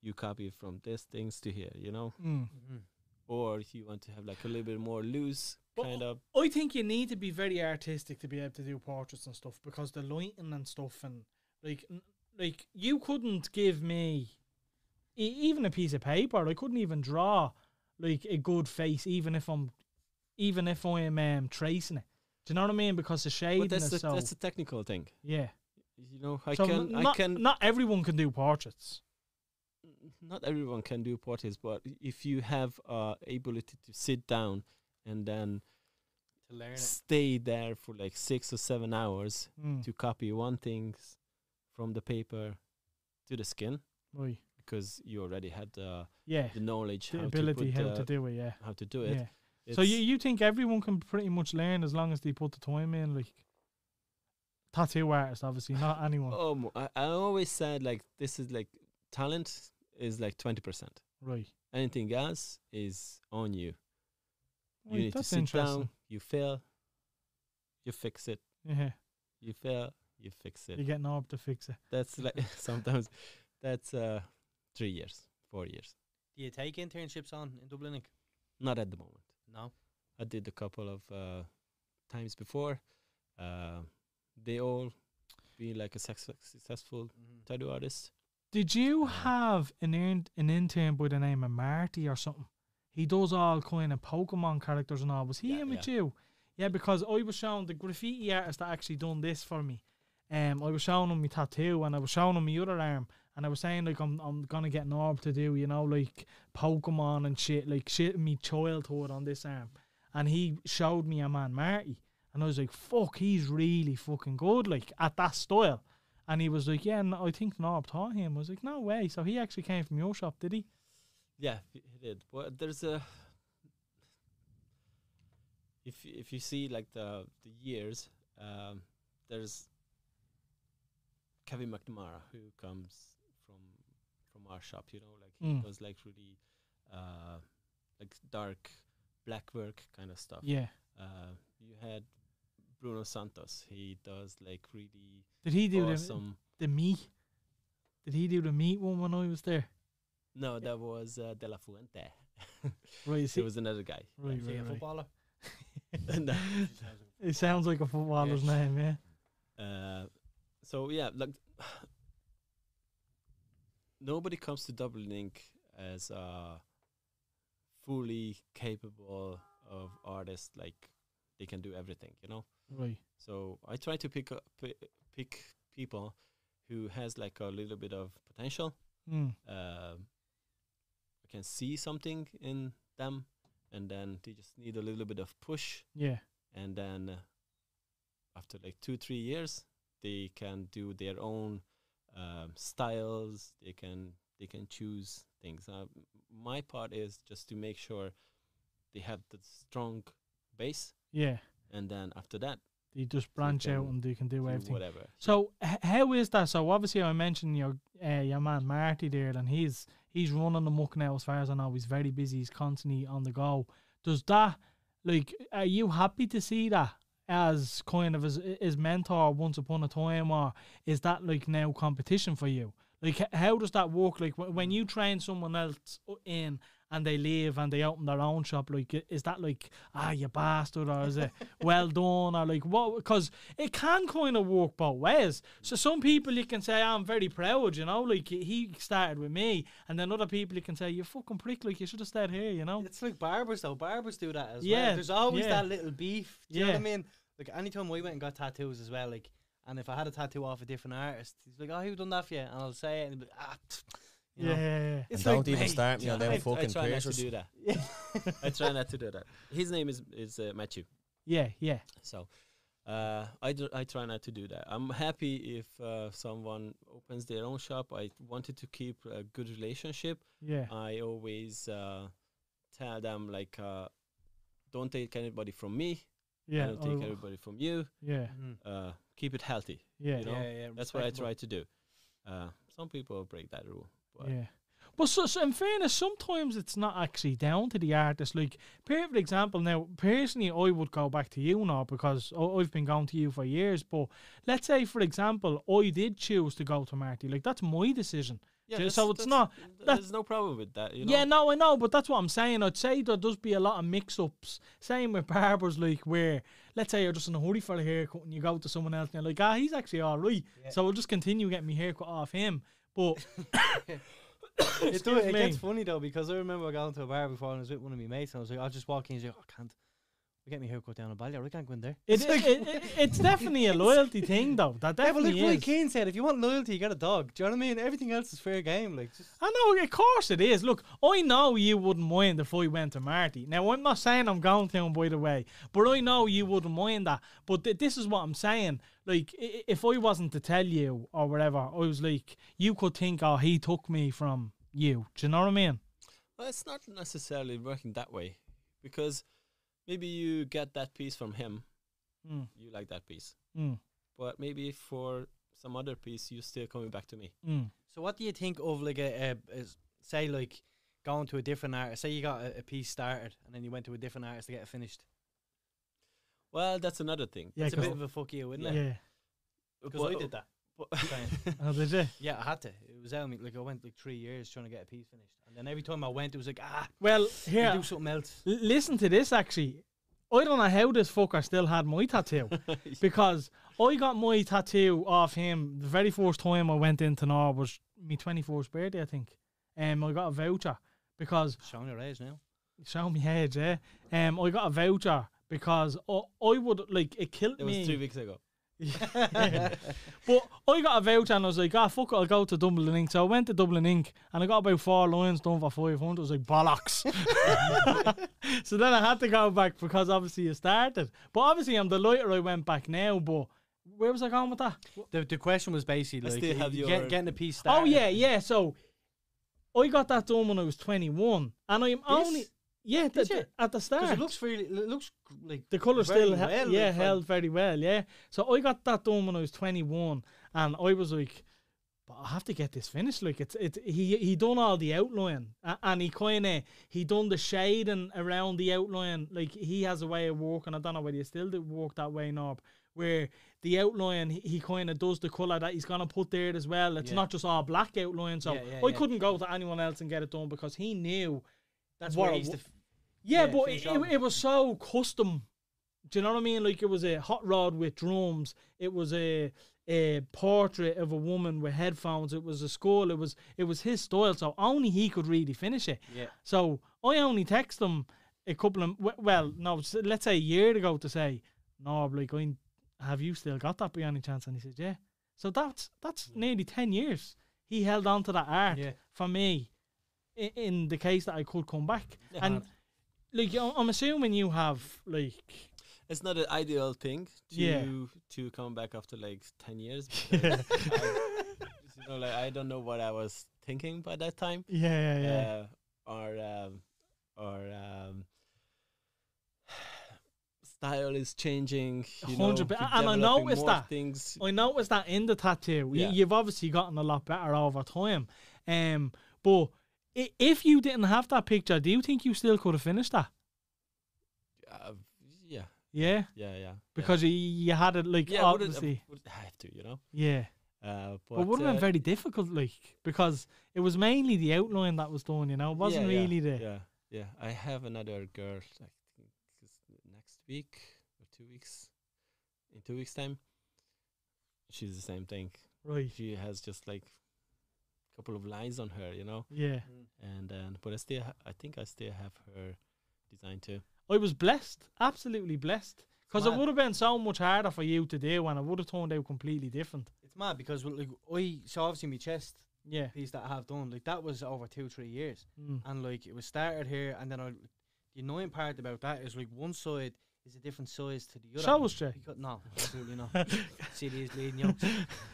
E: you copy from these things to here. You know,
B: Mm.
C: Mm-hmm.
E: or if you want to have like a little bit more loose
B: Well,
E: kind of.
B: I think you need to be very artistic to be able to do portraits and stuff because the lighting and stuff and like n- like you couldn't give me e- even a piece of paper. I couldn't even draw like a good face, even if I'm even if I am um, tracing it. Do you know what I mean? Because the shading
E: But that's
B: is
E: the,
B: so
E: that's a technical thing.
B: yeah.
E: you know i
B: so
E: can
B: n-
E: i
B: not,
E: can
B: not everyone can do portraits.
E: not everyone can do parties, but if you have uh, ability to sit down and then
C: to learn it.
E: stay there for like six or seven hours
B: Mm.
E: to copy one thing from the paper to the skin
B: Right.
E: because you already had uh, the,
B: Yeah.
E: the knowledge
B: The
E: how
B: ability
E: to put
B: how to
E: the-
B: do it. Yeah.
E: how to do it.
B: Yeah. So you
E: It's-
B: you think everyone can pretty much learn as long as they put the time in, like tattoo artists, obviously, not anyone.
E: oh, mo- I, I always said like this is like talent is like twenty percent.
B: Right.
E: Anything else is on you. You
B: Wait,
E: need to
B: that's
E: sit
B: interesting.
E: down. You fail, you fix it.
B: Yeah.
E: You fail, you fix it.
B: You're getting up to fix it.
E: *laughs* That's like *laughs* sometimes that's uh three years, four years.
C: Do you take internships on in Dublin? Inc?
E: Not at the moment.
C: No.
E: I did a couple of uh, times before. Uh, they all be like a success, successful
C: Mhm.
E: tattoo artist.
B: Did you
E: Uh,
B: have an in- an intern by the name of Marty or something? He does all kind of Pokemon characters and all. Was he
E: Yeah,
B: in with
E: yeah.
B: you? Yeah, because I was showing the graffiti artist that actually done this for me. Um, I was showing him my tattoo and I was showing him my other arm and I was saying like I'm I'm gonna get an orb to do you know like Pokemon and shit like shit in me childhood on this arm, and he showed me a man Marty and I was like fuck he's really fucking good like at that style. And he was like, "Yeah, no, I think Norb taught him." I was like, "No way!" So he actually came from your shop, did he?
E: Yeah, he he did. But there's a if y- if you see like the the years, um, there's Kevin McNamara who comes from from our shop. You know, like he
B: Mm.
E: does like really uh, like dark black work kind of stuff.
B: Yeah.
E: Uh, you had Bruno Santos. He does like really
B: Did he do
E: awesome.
B: the the meat? Did he do the meat one when I was there?
E: No, that was uh, De La Fuente.
B: Right.
E: It
B: See,
E: was another guy. *laughs* uh,
B: right,
C: Is he
B: right,
C: a
B: right.
C: footballer?
E: No.
B: It sounds like a footballer's name, yeah.
E: Uh, so yeah, like *sighs* nobody comes to Dublin Inc. as a fully capable of artist. Like they can do everything, you know.
B: Right.
E: So I try to pick up, pick people who has like a little bit of potential.
B: Mm.
E: Um I can see something in them, and then they just need a little bit of push
B: Yeah.
E: and then after like two three years they can do their own um, styles they can they can choose things uh, m- my part is just to make sure they have the strong base
B: Yeah.
E: and then after that
B: They just branch out
E: can
B: and they can do
E: do
B: everything.
E: whatever
B: So h- how is that? So obviously I mentioned your uh, your man Marty there, and he's he's running the muck now. As far as I know, he's very busy. He's constantly on the go. Does that like? Are you happy to see that as kind of his his mentor once upon a time, or is that like now competition for you? Like h- how does that work? Like wh- when you train someone else o- in. And they leave and they open their own shop. Like, i- is that like, ah, you bastard, or is it well done, or like what? Because it can kind of work both ways. So some people you can say I'm very proud, you know, like he started with me, and then other people you can say you fucking prick, like you should have stayed here, you know.
C: It's like barbers though. Barbers do that as
B: Yeah,
C: well. There's always
B: yeah.
C: that little beef. Do you know what I
B: Yeah.
C: mean? Like anytime we went and got tattoos as well, like and if I had a tattoo off a different artist, he's like, Oh, who done that for you? And I'll say it and he'll be like, ah t-" you know.
B: Yeah,
C: It's
D: don't
C: like,
D: even
C: mate,
D: start me on them
E: I, I
D: fucking
E: try not to
D: piercers.
E: do that
B: *laughs*
E: i try not to do that his name is is uh, matthew
B: yeah, yeah,
E: So uh, I, d- I try not to do that. I'm happy if uh, someone opens their own shop. I wanted to keep a good relationship.
B: yeah,
E: I always uh, tell them like, uh, don't take anybody from me. I
B: yeah,
E: don't take
B: oh,
E: everybody from you.
B: yeah,
C: Mhm.
E: Uh, keep it healthy.
B: Mm-hmm. yeah,
E: You know,
C: Yeah, yeah,
E: That's what I
C: respectable.
E: try to do. Uh, some people break that rule. But
B: yeah. But so, so in fairness, sometimes it's not actually down to the artist. Like, perfect example now, personally, I would go back to you now because I, I've been going to you for years. But let's say, for example, I did choose to go to Marty. Like, that's my decision. So-
E: Yeah, that's-
B: so it's
E: that's-
B: not-
E: th-
B: that's-
E: there's no problem with that. You know?
B: Yeah, no, I know, but that's what I'm saying. I'd say there does be a lot of mix-ups. Same with barbers, like where let's say you're just in a hurry for a haircut and you go to someone else and you're like, ah, he's actually all right. So I'll just continue getting my haircut off him. But
C: It, do,
B: me.
C: it gets funny though because "Oh, I remember going to a bar before and I was with one of my mates and I was like, I'll just walk in. He's like, I can't. I We're getting a haircut down in Balliol. We can't go in there.
B: It, it, it, it, *laughs* it's definitely a loyalty thing, though. That
C: Yeah, but
B: definitely
C: look, Roy
B: is.
C: Keane said, if you want loyalty, you got a dog. Do you know what I mean? Everything else is fair game. Like, just
B: I know, of course it is. Look, I know you wouldn't mind if I went to Marty. Now, I'm not saying I'm going to him, by the way, but I know you wouldn't mind that. But th- this is what I'm saying. Like, i- i- if I wasn't to tell you or whatever, I was like, you could think, oh, he took me from you. Do you know what I mean?
E: Well, it's not necessarily working that way because maybe you get that piece from him.
B: Mm.
E: You like that piece.
B: Mm,
E: But maybe for some other piece, you're still coming back to me.
B: mm.
C: So what do you think of like a, a, a s- say like going to a different artist? Say you got a, a piece started and then you went to a different artist to get it finished.
E: Well, that's another thing.
B: Yeah,
C: It's a bit
B: 'cause-
C: of a fuck you, isn't it?
B: yeah.
C: Because I did that.
B: *laughs*
C: Okay.
B: Oh, did you?
C: yeah, I had to. It was out me like I went like three years trying to get a piece finished, and then every time I went, it was like ah,
B: Well,
C: we
B: here,
C: do something else.
B: L- listen to this actually. I don't know how this fucker still had my
E: *laughs*
B: tattoo because I got my tattoo off him the very first time I went into Nor was my 24th birthday, I think. Um, I got a voucher because
C: Showing your age now.
B: show me age, eh? Um, I got a voucher because I, I would like it killed
E: It
B: me.
E: was three weeks ago.
B: But I got a voucher and I was like, ah, fuck it, I'll go to Dublin Inc. So I went to Dublin Inc. and I got about four lines done for 500. I was like, bollocks. *laughs* so then I had to go back because obviously it started. But obviously, I'm delighted I went back now. But where was I going with that?
C: The, the question was basically
E: I
C: like
E: still have
C: you
E: your-
C: get, getting a piece started.
B: Oh, yeah, yeah. So I got that done when I was 21. And I'm only. Yeah, th-
C: you?
B: th- at the
C: Because
B: start.
C: it looks really, it looks like
B: The colour
C: very
B: still, he-
C: well,
B: yeah,
C: like,
B: held very well, yeah. So I got that done when I was 21, and I was like, "But I have to get this finished." Like it's, it's he he done all the outline, a- and he kind of he done the shading around the outline. Like he has a way of walking. I don't know whether you still do walk that way, Nob. Where the outline, he, he kind of does the color that he's gonna put there as well. It's
C: Yeah.
B: not just all black outline. So
C: Yeah, yeah,
B: I
C: yeah.
B: couldn't go to anyone else and get it done because he knew
C: That's
B: what
C: where
B: I
C: he's the
B: w- yeah,
C: Yeah,
B: but
C: finish
B: it,
C: off.
B: it, it was so custom. Do you know what I mean? Like it was a hot rod with drums. It was a a portrait of a woman with headphones. It was a skull. It was it was his style. So only he could really finish it.
C: Yeah.
B: So I only text him a couple of w- well, no, s- let's say a year ago to say, no, like I have you still got that by any chance? And he said, yeah. So that's that's nearly ten years. He held on to that art
C: Yeah.
B: for me, in, in the case that I could come back. and
E: Mad.
B: like I- I'm assuming you have like
E: It's not an ideal thing to
B: Yeah.
E: to come back after like
B: *laughs*
E: ten years. Because I, you know, like I don't know what I was thinking by that time.
B: yeah yeah
E: uh, or um, or um, *sighs* style is changing. You know,
B: 100%.
E: you're
B: And I
E: developing
B: noticed
E: more
B: that.
E: things.
B: uh, I noticed that in the tattoo
E: Yeah.
B: you, you've obviously gotten a lot better over time um but i- if you didn't have that picture do you think you still could have finished that
E: Uh, yeah,
B: yeah
E: yeah, yeah.
B: because you, you had it like
E: yeah, yeah wouldn't-
B: obviously
E: I would have to, you know.
B: yeah
E: Uh, but
B: but it would have
E: uh,
B: been very difficult like because it was mainly the outline that was done you know it wasn't
E: yeah, yeah,
B: really the
E: Yeah, yeah. I have another girl. I think it's next week or two weeks. In two weeks' time, she's the same thing.
B: right
E: She has just like a couple of lines on her, you know.
B: yeah
E: and then but I still ha- I think I still have her design too.
B: I was blessed, absolutely blessed. Because it
E: Mad.
B: would have been so much harder for you to do, and it would have turned out completely different.
C: It's mad because well, like I so obviously my chest
B: Yeah,
C: piece that I have done like that was over two three years.
B: Mm.
C: and like it was started here, and then I, the annoying part about that is like one side is a different size to the other.
B: So was Jay.
C: Because- no, absolutely
B: *laughs*
C: not. City is leading you.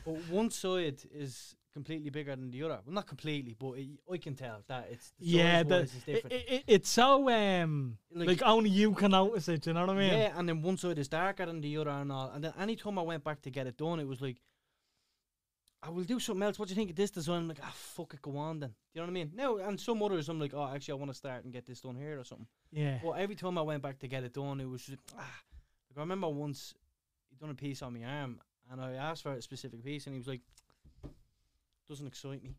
C: But one side is completely bigger than the other. Well, not completely, but it, I can tell that it's the
B: yeah.
C: size
B: The,
C: wise is
B: it,
C: different.
B: it, it's so um like,
C: Like-
B: only you can notice it. You know what I mean?
C: yeah, and then one side is darker than the other and all. And then any time I went back to get it done, it was like, I will do something else. What do you think of this design? I'm like, ah, fuck it, go on then. Do you know what I mean? No, and some others, I'm like, oh, actually, I want to start and get this done here or something.
B: yeah.
C: Well, every time I went back to get it done, it was just, ah. Like, I remember once he done a piece on my arm, and I asked for a specific piece, and he was like, "Doesn't excite
B: *laughs*
C: me."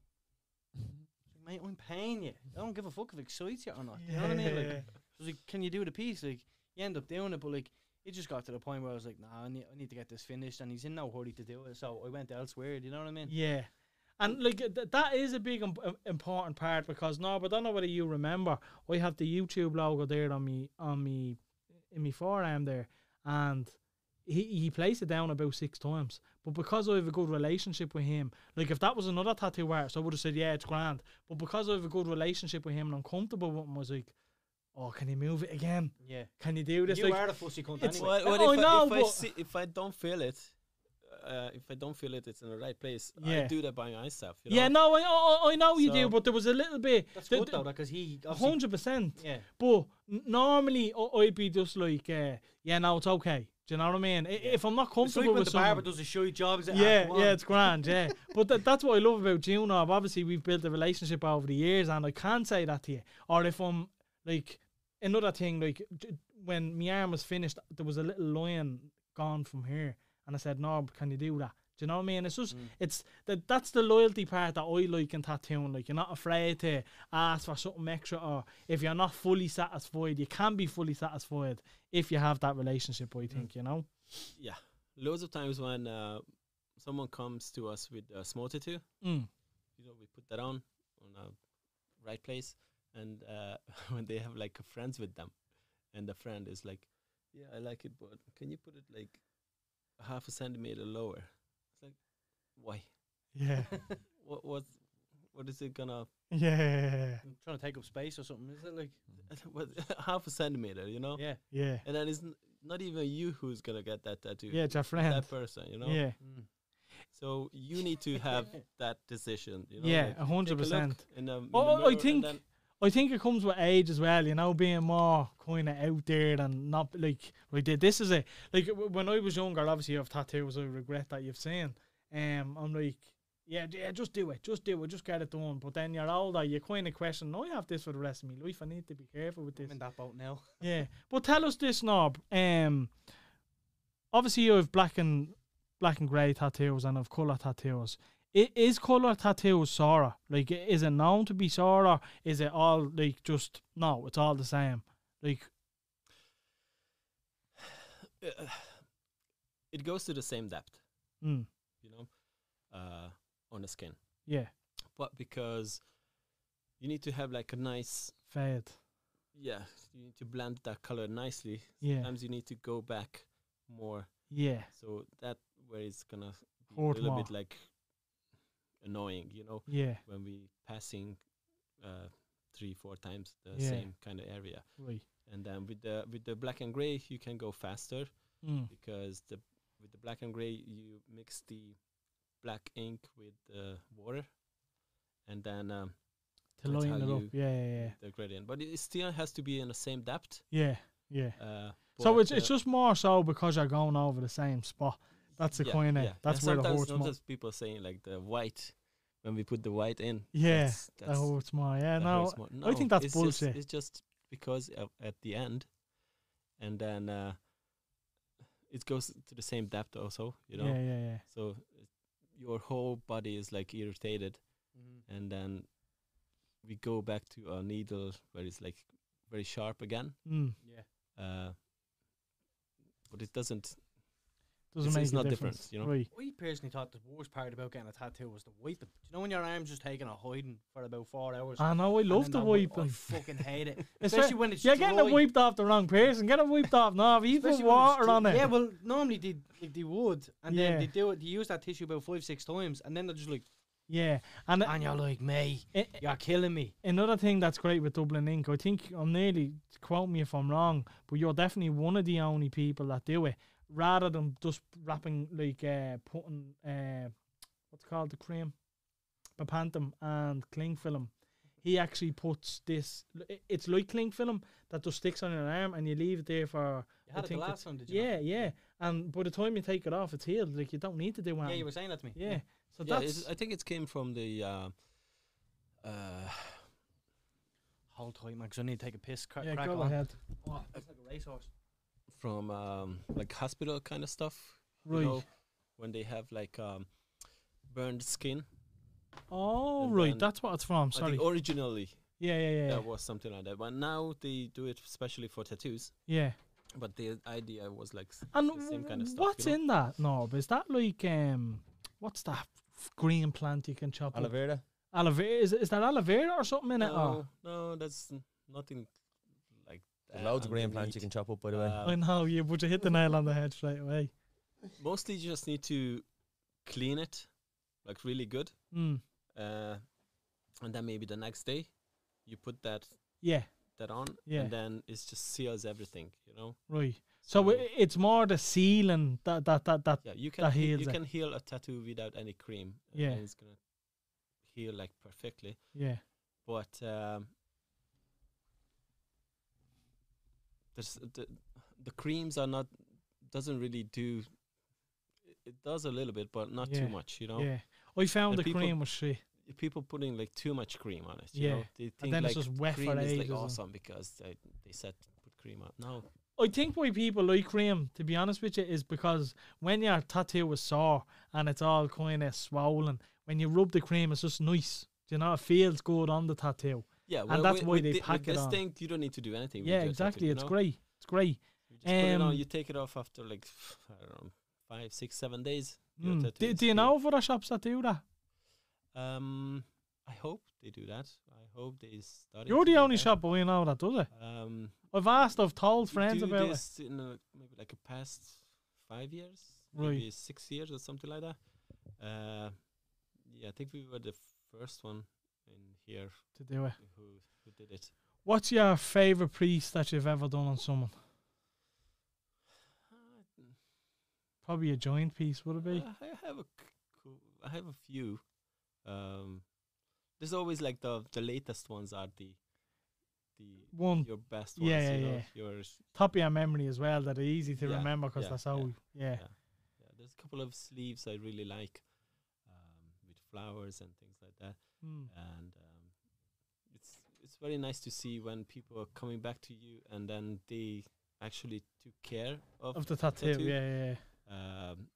C: Like, Mate, I'm paying you. I don't give a fuck if it excites you or not. You know what I mean? Like,
B: Yeah.
C: I was like, "Can you do the piece?" Like, you end up doing it, but like, it just got to the point where I was like, "Nah, I need, I need to get this finished," and he's in no hurry to do it, so I went elsewhere. Do you know what I mean?
B: Yeah. And like th- that is a big imp- im- important part because no, but I don't know whether you remember. I have the YouTube logo there on me on me in my forearm there, and he he placed it down about six times. But because I have a good relationship with him, like if that was another tattoo artist, I would have said yeah, it's grand. But because I have a good relationship with him and I'm comfortable with him, I was like, oh, can you move it again?
C: Yeah.
B: Can you do this?
C: You
B: like,
C: are the fussy cunt
B: it's-
C: anyway.
E: Well, well,
B: Oh,
E: if,
B: no,
E: I, if, I
B: but-
E: see, if I don't feel it, uh, if I don't feel it, it's in the right place.
B: Yeah.
E: I do that by myself. You know?
B: yeah, no, I, I I know you do,
E: So-
B: but there was a little bit.
C: That's
B: the-
C: good
B: the-
C: though, because he
B: A
C: obviously
B: hundred percent.
C: Yeah.
B: But n- normally I- I'd be just like, uh, yeah, no, it's okay. Do you know what I mean? I If I'm not
C: It's like
B: comfortable
C: when
B: with
C: the barber
B: someone,
C: does a showy job. he's like, "Ah,
B: *laughs* yeah,
C: come on."
B: yeah, it's grand, *laughs* yeah. but that, that's what I love about Juno. Obviously, we've built a relationship over the years, and I can say that to you. Or if I'm like another thing, like d- when my arm was finished, there was a little lion gone from here, and I said, "No, can you do that?" Do you know what I mean? It's just it's that that's the loyalty part that I like in tattooing. Like you're not afraid to ask for something extra, or if you're not fully satisfied, you can be fully satisfied if you have that relationship. I think you know.
E: yeah. Loads of times when uh, someone comes to us with a small tattoo,
B: Mm.
E: you know, we put that on on a right place, and uh, *laughs* when they have like friends with them, and the friend is like, "Yeah, I like it, but can you put it like half a centimeter lower?" It's like, why?
B: *laughs* Yeah.
E: What what what is it gonna? *laughs*
B: Yeah,
C: *laughs* I'm trying to take up space or something. Is it like?
E: what, *laughs* half a centimeter, you know?
C: Yeah.
B: yeah,
E: And then it's n- not even you who's gonna get that tattoo.
B: yeah. It's your
E: It's
B: friend.
E: that person, you know.
B: Yeah,
E: So you need to have that decision, you know.
B: yeah,
E: like,
B: a hundred
E: take a look
B: percent.
E: in the- in the
B: Oh,
E: mirror
B: I
E: and
B: think
E: then-
B: I think it comes with age as well. You know, being more kind of out there and not like like th- this is it. Like w- when I was younger, obviously you have tattoos. I regret that you've seen. Um, I'm like, yeah, d- yeah, just do it, just do it, just get it done. But then you're older, you kind of question. No, I have this for the rest of my life. I need to be careful with this.
C: I'm in that boat now.
B: Yeah, but tell us this, Nob. Um, obviously you have black and black and grey tattoos and of color tattoos. I- Is color tattoos Sora? Like, i- is it known to be Sora? Is it all like just no? It's all the same. Like,
E: uh, it goes to the same depth,
B: mm,
E: you know, uh, on the skin.
B: yeah,
E: But because you need to have like a nice,
B: fade.
E: yeah, you need to blend that color nicely.
B: Yeah.
E: Sometimes you need to go back more,
B: Yeah,
E: so that where it's gonna be a
B: Hurt
E: little
B: more.
E: bit like annoying, you know,
B: yeah,
E: when we passing uh, three, four times the
B: Yeah.
E: same kind of area.
B: right.
E: And then with the with the black and gray, you can go faster.
B: Mm,
E: because the with the black and gray you mix the black ink with uh, water and then um,
B: to
E: That's
B: line
E: how
B: it up.
E: you-
B: Yeah, yeah, yeah,
E: the gradient but it still has to be in the same depth
B: yeah. yeah.
E: uh,
B: So
E: but,
B: it's it's
E: uh,
B: just more so because you're going over the same spot. That's the
E: yeah,
B: kind of
E: yeah.
B: eh? that's
E: And
B: where the
E: sometimes,
B: horse. More.
E: sometimes people saying like the white when we put the white in
B: Yeah,
E: that's,
B: The
E: that's,
B: horse more. Yeah,
E: that
B: no,
E: hurts more.
B: I think that's
E: it's
B: bullshit.
E: just, it's just because of, at the end and then uh, it goes to the same depth also you know
B: yeah, yeah, yeah.
E: So it- your whole body is like irritated,
B: Mm-hmm.
E: and then we go back to our needle where it's like very sharp again.
B: Mm,
C: Yeah.
E: Uh, but it doesn't.
B: doesn't
E: It's-
B: make
E: it's
B: a
E: not
B: difference,
E: different, you know?
B: Right.
C: We personally thought the worst part about getting a tattoo was the wiping. Do you know when your arm's just taking a hiding for about four hours?
B: I know. I
C: and
B: love
C: then
B: the
C: that wi-
B: wipe.
C: I
B: *laughs* like,
C: fucking hate it,
B: it's
C: especially
B: fair-
C: when it's
B: You're getting
C: dry.
B: it wiped off the wrong person. Get it wiped off. No, if you put
C: Especially when it's
B: water
C: dry-
B: on it.
C: Yeah, well, normally they like, they would, and
B: Yeah.
C: then they do it. They use that tissue about five, six times, and then they're just like,
B: yeah. And,
C: "And you're like me,
B: a-
C: you're killing me."
B: another thing that's great with Dublin Ink, I think I'm nearly quote me if I'm wrong, but you're definitely one of the only people that do it. Rather than just wrapping like uh putting uh what's it called the cream, Bepanthem and cling film, he actually puts this. i- It's like cling film that just sticks on your arm and you leave it there for.
C: You had it the
B: think
C: last time, did you? not?
B: Yeah, yeah. And by the time you take it off, it's healed. Like you don't need to do
C: yeah,
B: anything.
C: you were saying that to me.
B: yeah. So
E: yeah,
B: that's
E: it's, I think it came from the. Uh, uh,
C: Hold tight, man, 'cause I need to take a piss. Cra-
B: yeah.
C: crack
B: Go
C: on.
B: ahead.
C: Oh, it's like a racehorse.
E: from um, like hospital kind of stuff,
B: Right.
E: you know, when they have like um, burned skin.
B: oh,
E: and
B: right.
E: then-
B: That's what it's from.
E: I
B: Sorry.
E: think originally
B: Yeah, yeah, yeah.
E: that was something like that, but now they do it especially for tattoos.
B: Yeah.
E: But the idea was like s-
B: And
E: the same kind of stuff.
B: what's
E: you know?
B: in that knob? Is that like um, what's that f- green plant you can chop?
D: Aloe
B: up?
D: vera.
B: Aloe vera. Is, is that aloe vera or something in it?
E: No,
B: or-
E: no, that's n- nothing like that.
D: There's loads of
E: and
D: green
E: they
D: plants
E: need,
D: you can chop up, by the way.
E: um,
B: Oh, I know you, but you hit the nail on the head straight away.
E: Mostly, you just need to clean it, like really good,
B: Mm.
E: uh, and then maybe the next day you put that
B: Yeah,
E: that on,
B: Yeah.
E: and then it just seals everything. You know.
B: right. So i it's more the sealing that that that that.
E: yeah, you
B: that
E: can he-
B: heals
E: you
B: it.
E: can heal a tattoo without any cream. and
B: Yeah.
E: then it's gonna heal like perfectly.
B: Yeah,
E: but um, there's the the creams are not doesn't really do it- it does a little bit but not
B: Yeah,
E: too much you know
B: yeah. I found
E: And
B: the
E: people-
B: cream was shit.
E: If people putting like too much cream on it you know
B: Yeah,
E: they
B: and
E: think
B: then
E: like
B: it's just wet for
E: cream is
B: ages. uh.
E: like
B: and-
E: awesome because they, they said put cream on no
B: I think why people like cream, to be honest with you, is because when your tattoo is sore and it's all kind of swollen, when you rub the cream, it's just nice. Do you know? It feels good on the tattoo.
E: yeah
B: And
E: well,
B: that's
E: with-
B: why
E: with
B: they
E: thi- with
B: pack it
E: this
B: on.
E: thing you don't need to do anything with
B: yeah,
E: your tattoo,
B: exactly.
E: you
B: it's
E: know?
B: great. It's great.
E: you just put it
B: Um,
E: on you take it off after like *sighs* I don't know five six seven days your
B: Mm.
E: tattoo
B: Do,
E: is
B: do you
E: healed.
B: know of other shops that do that?
E: Um, I hope they do that. I hope they start.
B: You're the only shop I know that does it.
E: Um,
B: I've asked, I've told friends
E: do
B: about it.
E: this in a, maybe like a past five years,
B: Right.
E: maybe six years or something like that. Uh, yeah, I think we were the first one in here
B: To do it.
E: who who did it.
B: What's your favorite piece that you've ever done on someone? Probably a joint piece, would it be?
E: Uh, I have a c- cou- I have a few. Um, there's always like the the latest ones are the the
B: One
E: your best ones.
B: Yeah,
E: you
B: yeah,
E: know,
B: yeah.
E: Your s-
B: top of your memory as well that are easy to
E: Yeah,
B: remember 'cause remember because
E: yeah,
B: that's how
E: yeah,
B: we, yeah.
E: Yeah, there's a couple of sleeves I really like um, with flowers and things like that,
B: Mm.
E: and um, it's it's very nice to see when people are coming back to you and then they actually took care of,
B: Of the tattoo,
E: tattoo.
B: yeah, yeah, yeah.
E: Um,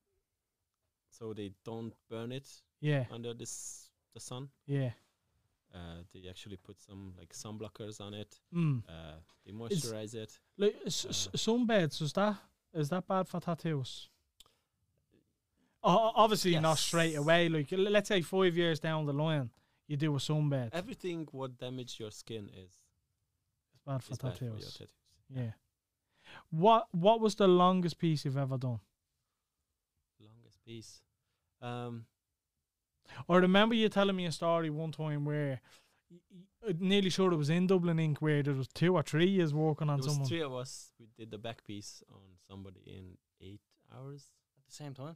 E: so they don't burn it
B: Yeah,
E: under this the sun.
B: yeah.
E: Uh, they actually put some like sunblockers on it.
B: Mm.
E: Uh, they moisturize it.
B: Like s- s-
E: Uh,
B: sunbeds, is that is that bad for tattoos? O- o- obviously not straight
E: Yes.
B: away. Like l- let's say five years down the line, you do a sunbed.
E: Everything what damage your skin is,
B: it's bad for
E: is bad for your
B: tattoos.
E: tattoos.
B: yeah. What What was the longest piece you've ever done?
E: Longest piece. Um,
B: I remember you telling me a story one time where. y- y- I'm nearly sure it was in Dublin Inc. where there was two or three years working on
E: There was
B: someone.
E: three of us. We did the back piece on somebody in eight hours.
C: At the same time?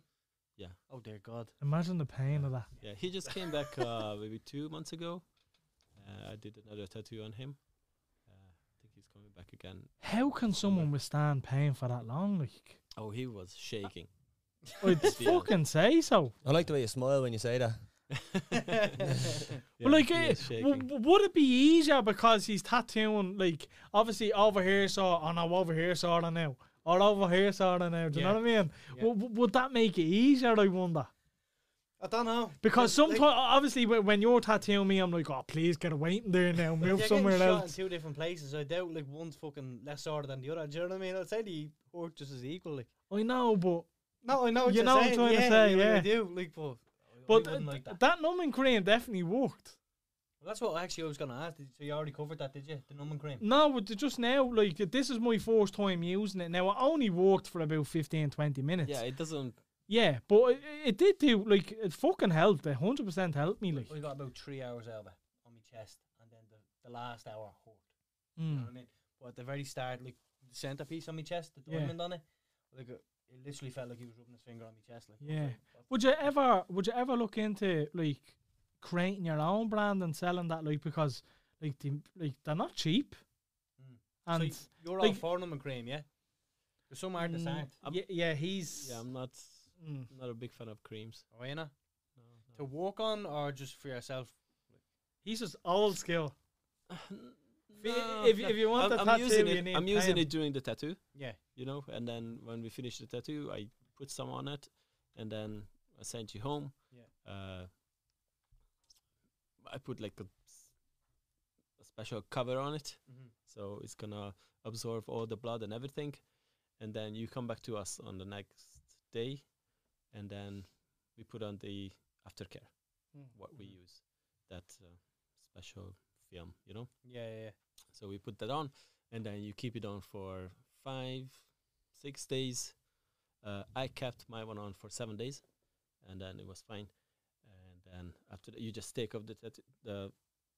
E: Yeah.
C: Oh dear God.
B: Imagine the pain of that.
E: Yeah, he just came
B: *laughs*
E: back uh, maybe two months ago. Uh, I did another tattoo on him. Uh, I think he's coming back again.
B: How can someone withstand pain for that long? Like,
E: Oh, he was
B: *laughs*
E: shaking.
B: I'd
E: *laughs* Yeah.
B: fucking say so.
D: I like the way you smile when you say that.
E: Yeah,
B: Well, like,
E: he
B: eh,
E: was
B: w-
E: shaking.
B: w- would it be easier because he's tattooing, like, obviously over here, so, or no, over here, so, I now, or over here, so, I now, do you know what I mean? W- w- would that make it easier, I wonder?
C: I don't know.
B: Because sometimes, obviously, wh- when you're tattooing me, I'm like, oh, please get away from there
C: *laughs*
B: now, move
C: They're
B: somewhere
C: getting shot
B: else.
C: in two different places. I doubt like one's fucking less hard than the other. Do you know what I mean? I'd say they hurt just as equally.
B: I know, but
C: No, I know. What
B: You
C: you're
B: know what I'm
C: saying.
B: trying to
C: yeah,
B: say,
C: like,
B: yeah.
C: I do. Like, but I- I
B: but
C: wouldn't
B: th-
C: like that.
B: that numbing cream definitely worked.
C: Well, that's what actually I was gonna ask. Did- So you already covered that, did you? The numbing cream.
B: No, but th- just now, like this is my first time using it. Now I only walked for about 15, 20 minutes.
E: yeah, it doesn't.
B: Yeah, but it, it did do like it fucking helped. It hundred percent helped me. Like,
C: I got about three hours out of it on my chest, and then the, the last hour hurt. You know
B: Mm.
C: what I mean? But at the very start, like the centerpiece on my chest, the
B: Yeah.
C: diamond on it, like uh, it literally felt like he was rubbing his finger on my chest. Like I was
B: Yeah.
C: like, what
B: would you ever, would you ever look into like creating your own brand and selling that? Like, because like they, like they're not cheap,
C: Mm.
B: and
C: so y- you're all
B: like-
C: for numbing cream, yeah? 'Cause some artists
B: Mm,
C: aren't.
B: yeah, yeah, he's
E: Yeah, I'm not
B: mm.
E: not a big fan of creams.
C: Are you not?
E: No,
C: To work on or just for yourself?
B: he's just old skill.
E: no.
B: i- if-
E: no.
B: if you want the
E: I'm, I'm using
B: tattoo, you
E: it-
B: need
E: I'm using
B: time.
E: it during the tattoo.
C: Yeah.
E: you know. And then when we finish the tattoo, I put some on it, and then I send you home.
C: Yeah.
E: Uh, I put like a, s- a special cover on it,
B: Mm-hmm.
C: Mhm.
E: so it's gonna absorb all the blood and everything. And then you come back to us on the next day, and then we put on the aftercare,
B: Mm.
E: what we use, that uh, special film, you know.
C: Yeah, yeah, yeah.
E: So we put that on, and then you keep it on for five, six days. Uh, I kept my one on for seven days, and then it was fine. And then after that, you just take off the tat- the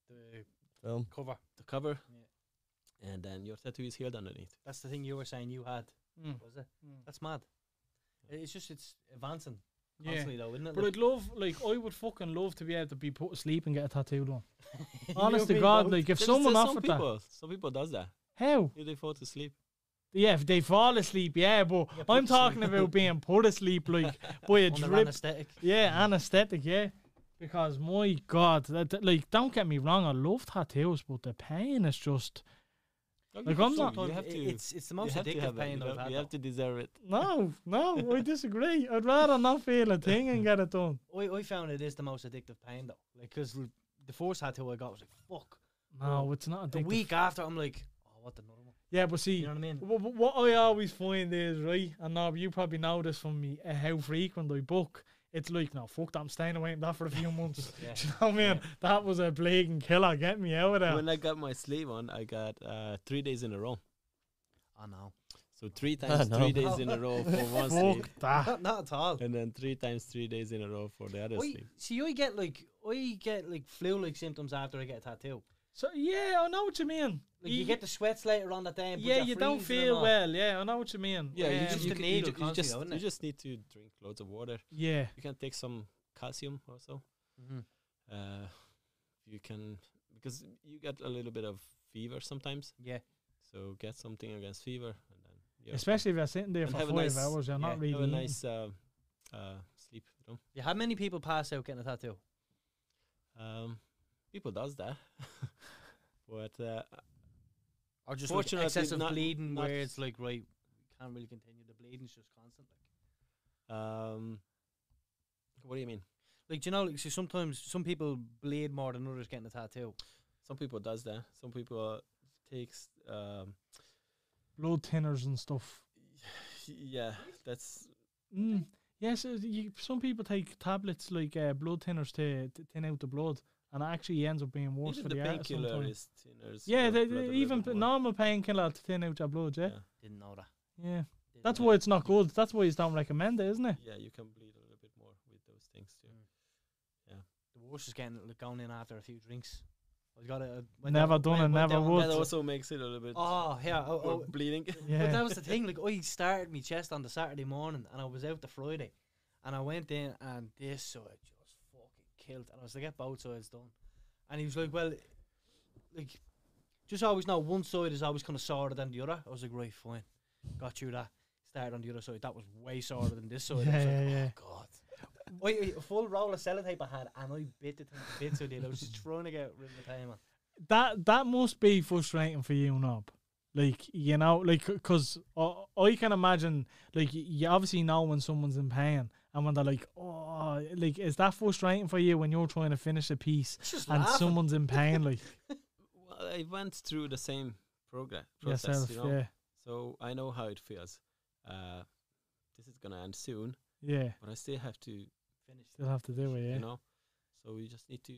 C: The
D: Film.
C: cover.
E: the cover,
C: Yeah.
E: and then your tattoo is healed underneath.
C: That's the thing you were saying you had,
B: Mm.
C: was it?
B: Mm.
C: That's mad. It's just it's advancing
B: Yeah.
C: constantly though, isn't it?
B: But
C: Like,
B: I'd love, like, I would fucking love to be able to be put to sleep and get a tattoo
E: *laughs*
B: done. Honest
C: You
B: to
C: mean
B: God,
C: both?
B: like, if
E: There's-
B: someone
E: there's some
B: offered that,
E: people, some people does that.
B: how?
E: If They fall to sleep.
B: Yeah, if they fall asleep, yeah, but
C: Yeah, put
B: I'm
C: to sleep.
B: talking about being put
C: *laughs*
B: asleep, like, by a
C: under
B: drip.
C: anesthetic.
B: Yeah, anesthetic, yeah. Because my God, that, that- like, don't get me wrong, I love tattoos, but the pain is just
E: Like,
B: Like, I'm not-
E: You have to.
C: It's it's the
E: you
C: most
E: have to have
C: addictive
E: that,
C: pain
E: you
C: I've
E: have-
C: had.
E: You have to deserve it.
B: no, no.
C: *laughs*
B: I disagree. I'd rather not feel a thing and get it done.
C: though. I, I found it is the most addictive pain though, like because the first tattoo I got was like fuck.
B: No, it's not.
C: The
B: addictive.
C: week after I'm like, oh what the normal.
B: Yeah, but see,
C: You know what I mean?
B: *laughs* wh- wh- what I always find is right, and now you probably know this from me, uh, how frequent I book. It's like, no, fuck that, I'm staying away from that for a few months.
C: *laughs* Yeah.
B: *laughs* Do you know what I mean? That was a blatant killer. Get me out of there.
E: When I got my sleeve on, I got uh, three days in a row.
C: I know.
E: So three times
D: no.
E: three days in a row for one sleeve,
B: fuck that.
C: Not, not at all.
E: and then three times three days in a row for the other
C: I,
E: sleeve.
C: see, I get like I get like flu-like symptoms after I get a tattoo.
B: So yeah, I know what you mean.
C: Like you, get the sweats later on that day. And but
B: yeah,
C: you're
B: you don't
C: freezing and
B: feel
C: all.
B: well. Yeah, I know what you mean.
E: Yeah, you
B: Um,
E: just
C: you
E: you,
C: can
E: can, you,
C: eat
E: ju-
C: it
E: you
C: constantly,
E: just
C: though, isn't
E: you
C: it?
E: just need to drink loads of water.
B: yeah.
E: You can take some calcium also.
C: Mhm.
E: Uh, you can because you get a little bit of fever sometimes.
C: Yeah.
E: So get something against fever, and then you're okay.
B: Especially if you're sitting there
E: And
B: for
E: have
B: five
E: a nice-
B: hours, you're
C: yeah,
B: not
C: have
B: really.
E: have a
B: eating.
E: nice uh, uh, sleep. You know?
C: Yeah, how many people pass out getting a tattoo?
E: um, people does that, *laughs* but uh,
C: Or just like
E: Fortunately,
C: excessive
E: not-
C: bleeding
E: not-
C: where it's like right, we can't really continue. The bleeding's just constant. Like,
E: Um, what do you mean?
C: like do you know, like so sometimes some people bleed more than others getting a tattoo.
E: Some people does that. Some people takes. Um,
B: blood thinners and stuff.
E: yeah, that's
B: Mm. Yes, uh, you, some people take tablets like uh, blood thinners to, to thin out the blood, and it actually ends up being worse
E: even
B: for
E: the
B: the, artist
E: painkiller
B: sometimes.
E: is thinners.
B: Yeah,
E: your
B: they,
E: blood a
B: they,
E: little
B: even
E: bit
B: p-
E: more.
B: normal painkiller to thin out your blood. Yeah,
C: Didn't know that.
B: yeah.
C: Didn't
B: That's
C: know
B: why
C: that.
B: it's not good. That's why you don't recommend it, isn't it?
E: Yeah, you can bleed a little bit more with those things too.
C: The worst is getting like going in after a few drinks. I got it.
B: Never done and never would.
E: That also makes it a little bit
C: Oh yeah. Oh,
E: more
C: oh.
E: bleeding.
C: But
B: Yeah,
C: that was the thing. Like I started my chest on the Saturday morning, and I was out the Friday, and I went in, and this side just fucking killed. And I was like, "Get both sides done." And he was like, "Well, like, just always know one side is always kind of sorer than the other." I was like, "Right, fine, got you that." Started on the other side. That was way sorer than this side. I was
B: Yeah,
C: like,
B: yeah,
C: "Oh God." Wait, a full roll of sellotape I had, and I bit the thing to bits. I did. I was just trying to get rid of the pain. man.
B: that that must be frustrating for you, Nob. Like you know, like because I can imagine, like y- you obviously know when someone's in pain and when they're like, oh, like is that frustrating for you when you're trying to finish a piece
C: It's just
B: and
C: laughing.
B: someone's in pain,
E: *laughs*
B: like
E: *laughs* Well, I went through the same progress process,
B: yourself.
E: you know,
B: Yeah,
E: so I know how it feels. Uh, this is gonna end soon,
B: yeah.
E: but I still have to,
C: Finished.
B: Still have to do it, yeah.
E: you know. So we just need to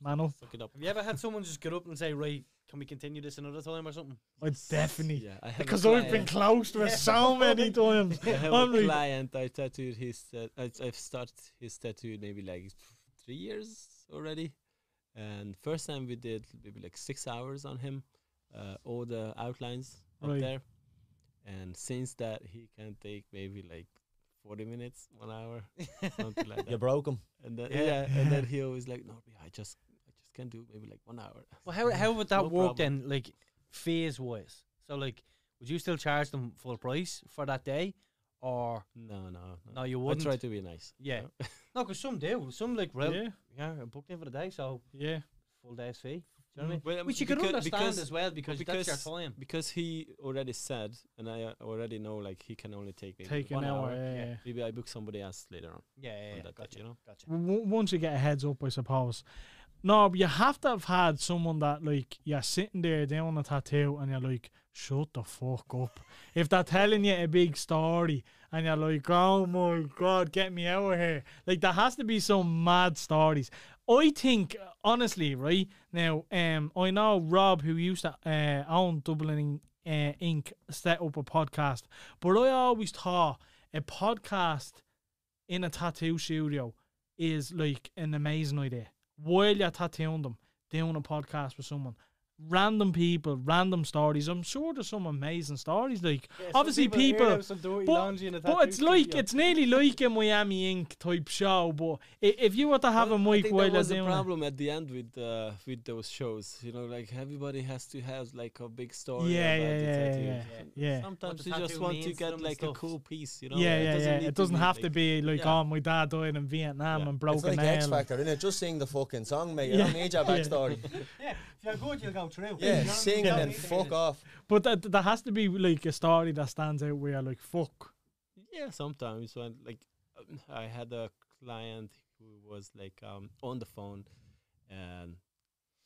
B: Man oh, up.
E: suck it up.
C: Have you ever had someone just get up and say, "Right, can we continue this another time or something?"
B: I definitely
E: Yeah, I
B: *laughs*
E: have a
B: because I've been
E: client-
B: close
E: *laughs*
B: to it so many times.
E: I have
B: I'm
E: a
B: like-
E: client. I tattooed his. Uh, I, I've started his tattoo maybe like three years already, and first time we did maybe like six hours on him, uh, all the outlines up
B: Right.
E: there, and since that he can take maybe like forty minutes, one hour,
C: *laughs*
E: something like
D: You
E: that.
D: broke him.
E: And then
C: Yeah.
E: yeah. and then
C: *laughs*
E: he always like, no, I just, I just can do maybe like one hour. *laughs*
C: Well, how how would that
E: No
C: work
E: problem.
C: then? Like phase wise. So like, would you still charge them full price for that day, or
E: No, no,
C: no? You
E: I
C: wouldn't.
E: try to be nice.
C: Yeah.
E: No.
C: No, because some do. Some like real. Yeah.
B: Yeah,
C: I booked in for the day, so
B: yeah.
C: full day's fee. Do you know what I mean?
E: Well, um,
C: Which you can
E: becau-
C: understand
E: because-
C: as well Mm. because, that's
E: because-
C: your time.
E: because he already said, and I uh, already know, like he can only take maybe
B: Take an
E: one
B: hour.
E: hour.
B: yeah,
C: yeah.
B: yeah.
E: Maybe I book somebody else later on.
C: Yeah, yeah,
E: on
C: yeah,
E: that day,
C: gotcha,
E: you know?
C: gotcha.
B: W- w- once you get a heads up, I suppose. No, but you have to have had someone that like you're sitting there doing a tattoo and you're like, shut the fuck up. If they're telling you a big story and you're like, oh my god, get me out of here. Like there has to be some mad stories. I think honestly, right now, um, I know Rob who used to uh, own Dublin uh, Inc. set up a podcast, but I always thought a podcast in a tattoo studio is like an amazing idea. While you're tattooing them, doing a podcast with someone, random people, random stories. I'm sure there's some amazing stories. Like obviously people, but, but it's like it's nearly like a Miami Ink type show. But i- if you were to have a
E: Well, I
B: mic
E: think
B: while
E: that
B: you're
E: was the
B: doing it,
E: problem at the end with uh, with those shows. You know, like everybody has to have like a big story.
B: Yeah,
E: about
B: yeah,
E: the
B: yeah,
E: tattoo.
B: yeah,
E: And
B: yeah.
E: Sometimes
C: the
E: you just
C: tattoo
E: want
C: means
E: to
C: to
E: get
C: them and
E: like a
C: stuff.
E: cool piece. You know,
B: yeah,
E: it
B: yeah,
E: doesn't
B: yeah.
E: need
B: It doesn't have to
E: like-
B: be like,
E: Yeah.
B: oh, my dad died in Vietnam
E: Yeah.
B: and
D: It's
B: broke a
D: like X
B: nail.
D: Factor, innit? Just sing the fucking song, mate.
B: Yeah.
D: I need your
B: Yeah.
D: backstory.
C: Yeah, if you're good, you'll go through.
D: yeah, sing and then fuck off.
B: But that, that has to be like a story that stands out where you're like, fuck.
E: Yeah, sometimes when like um, I had a client who was like um, on the phone, and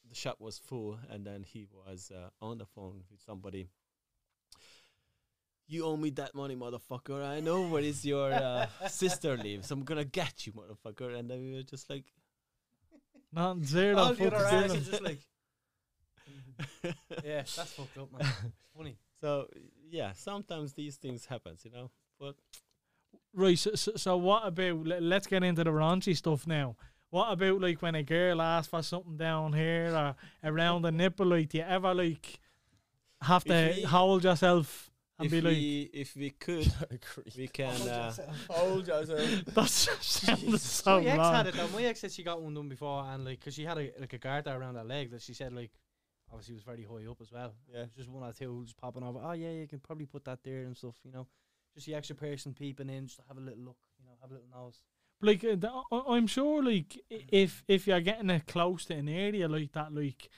E: the shop was full, and then he was uh, on the phone with somebody. You owe me that money, motherfucker. I know where is
B: *laughs*
E: your uh, sister lives. I'm gonna get you, motherfucker. And then we were just like,
B: Not zero.
C: All the
B: fuck
C: other
B: zero.
C: acts are just like, yeah, that's fucked up, man. Funny.
E: so yeah. Sometimes these things happens, you know. But
B: Right. So, so, so what about? Let, let's get into the raunchy stuff now. What about like when a girl asks for something down here or around the nipple? Like, do you ever like have to
E: If we-
B: hold yourself and
E: if
B: be *laughs* like,
E: we if we could, we can. Uh,
D: Hold yourself.
B: that sounds so
C: my ex had
B: wrong.
C: it though. My ex said she got one done before, and like, cause she had a like a garter around her leg that she said like, obviously was very high up as well.
D: Yeah.
C: It was just one or two just popping over. Oh yeah, you can probably put that there and stuff. You know, just the extra person peeping in, just to have a little look. You know, have a little nose.
B: Like, uh, th- I- I'm sure. Like, i- if if you're getting it close to an area like that, like.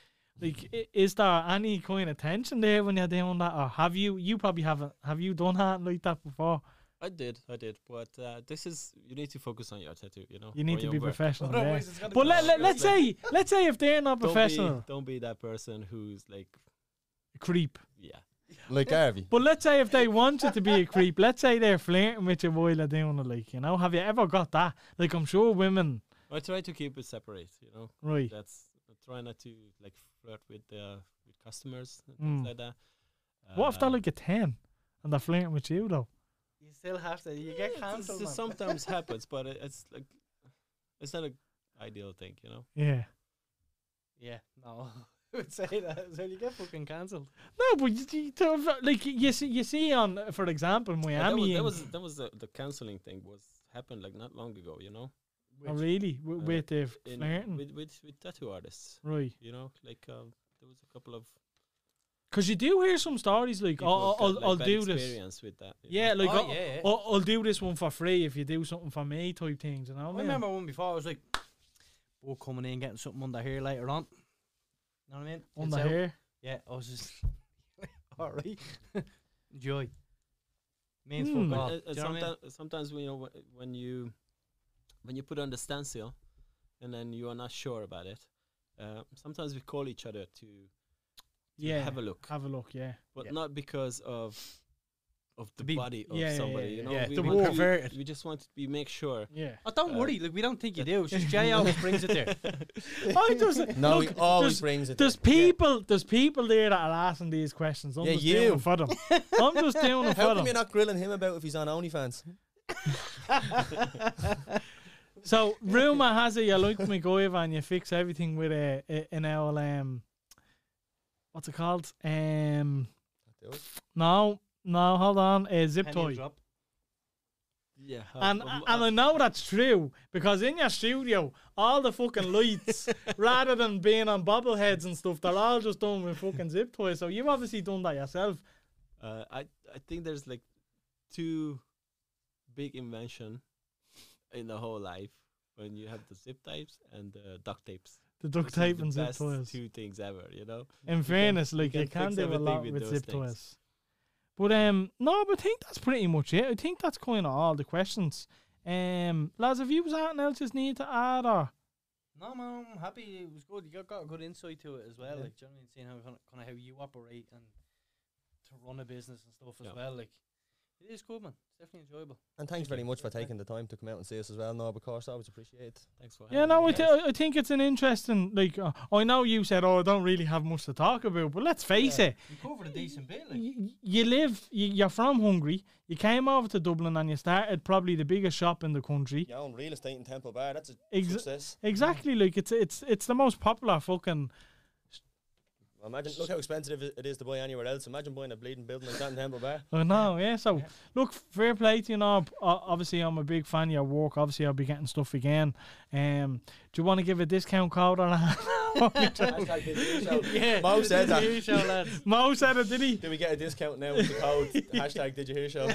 B: Like, i- is there any kind of tension there when you're doing that, or have you? You probably haven't. Have you done that like that before?
E: I did, I did, but uh, this is you need to focus on your tattoo. You know,
B: You
E: or
B: need to
E: your
B: be
E: work.
B: professional. there.
C: Otherwise, it's gonna
B: But
C: be
B: let, let,
C: awkward.
B: let's say let's say if they're not
E: Don't be-
B: professional,
E: Don't be, that person who's like,
B: creep.
E: yeah.
D: Like Garvey.
B: But let's say
C: *laughs*
B: if they want you to be a creep, let's say they're flirting with you while they're doing it, like you know. Have you ever got that? Like I'm sure women,
E: I try to keep it separate. You know,
B: right?
E: that's I try not to like flirt with uh, with customers and
B: Mm.
E: things like that.
B: what if they're
E: Uh,
B: like a ten and they're flirting with you though?
C: You still have to. You
E: it's-
C: get
E: it's
C: cancelled.
E: just
C: man. *laughs*
E: sometimes happens, but it, it's like it's not a ideal thing. You know,
B: Yeah.
C: Yeah, no. *laughs* I would say that. So you get fucking cancelled.
B: No, but you, you don't- like you see, you see on for example
E: And
B: Miami.
E: that was
B: and-
E: that was, that was the, the canceling thing was happened like not long ago. You know,
B: oh, really w-
E: uh,
B: with the f-
E: in,
B: flirting,
E: with with with tattoo artists.
B: right?
E: You know, like um, there was a couple of
B: Because you do hear some stories like,
E: people
B: oh,
E: who've got,
B: I'll,
E: like,
B: I'll
E: bad
B: do this.
E: experience with that. you know.
B: Yeah, like
C: Oh,
B: I'll,
C: yeah, yeah.
B: I'll, I'll do this one for free if you do something for me type things, you know.
C: I
B: man?
C: remember one before. I was like, "We're coming in, getting something under here later on." You know what I mean?
B: on
C: It's
B: the
C: out.
B: hair.
C: Yeah, I was just *laughs* all right. *laughs* Enjoy. Means
B: Hmm.
C: fuck
E: But,
C: all.
E: uh,
C: Do
E: uh,
C: you know what I mean?
E: sometimes, sometimes when you know, wh- when you when you put on the stencil, and then you are not sure about it. Uh, sometimes we call each other to, to
B: Yeah,
E: have a look,
B: Have a look, yeah.
E: but
C: Uh, yeah.
E: not because of of the
C: be-
E: body of
B: yeah, yeah, yeah,
E: somebody.
B: yeah.
E: You know,
C: Yeah,
E: oh, we,
B: to be
E: want
C: perverted.
E: we just want to be make sure.
B: Yeah.
C: Oh, don't
E: uh,
C: worry. Look, we don't think you do. *laughs*
B: *laughs*
C: It's just Jay always brings it there.
B: I just
D: *laughs* No,
B: look,
D: he always
B: there's,
D: brings it.
B: there's people there's people there that are asking these questions. I'm
D: Yeah,
B: just doing
D: you.
B: it for
D: *laughs*
B: them. I'm just doing it
D: How
B: for
D: come you're
B: them.
D: not grilling him about if he's on OnlyFans?
B: So rumor has it you like MacGyver and you fix everything with a, a an old um what's it called? Um
D: Do it.
B: no, no, hold on, a zip
C: Penny
B: toy.
C: drop.
E: yeah, uh,
B: And
E: um,
B: and
E: uh,
B: I know that's true because in your studio, all the fucking
C: *laughs*
E: *laughs*
B: lights, rather than being on bobbleheads and stuff, they're all just done with fucking zip ties. So you've obviously done that yourself.
E: uh, I I think there's like two big invention in the whole life when you have the zip types and the duct tapes.
B: The duct
E: which is
B: tape
E: the
B: and zip
E: best
B: ties.
E: Two things ever, you know.
B: In fairness, like
E: you
B: you
E: can
B: can
E: fix
B: do a
E: everything
B: lot
E: with
B: with
E: those
B: zip
E: things.
B: ties. But um, no, but I think that's pretty much it. I think that's kind of all the questions. Um, lads, have you was anything else you need to add or
C: No, man, I'm happy. It was good. You got, got a good insight to it as well. Like, do you know what I mean? Seeing how kind of how you operate and to run a business and stuff as
E: Yeah.
C: well. Like, it is good, man. It's definitely enjoyable.
D: And thanks very much for taking the time to come out and see us as well, Nob. Of course, I always appreciate it.
E: Thanks for
B: Yeah,
E: having
B: no,
E: me,
B: I,
E: guys.
B: th- I think it's an interesting. Like, uh, I know you said, "Oh, I don't really have much to talk about," but let's face it,
C: You covered a decent bit. Like,
B: y- y- you live, you, you're from Hungary. You came over to Dublin and you started probably the biggest shop in the country.
D: Your own real estate in Temple Bar, that's a
B: Exa-
D: success.
B: Exactly, like it's it's it's the most popular fucking.
D: Imagine, look how expensive it is to buy anywhere else. Imagine buying a bleeding building like that in Temple *laughs* Bar.
B: I know, yeah. So look, fair play to you. Know, obviously, I'm a big fan of your work. Obviously, I'll be getting stuff again. Um, do you want to give a discount code or not?
C: *laughs* yeah,
D: Mo said that.
C: *laughs* You shall, lads.
B: *laughs* Mo said it, did
C: *laughs*
B: he?
D: Do we get a discount now with the *laughs* code hashtag Did You Hear Show?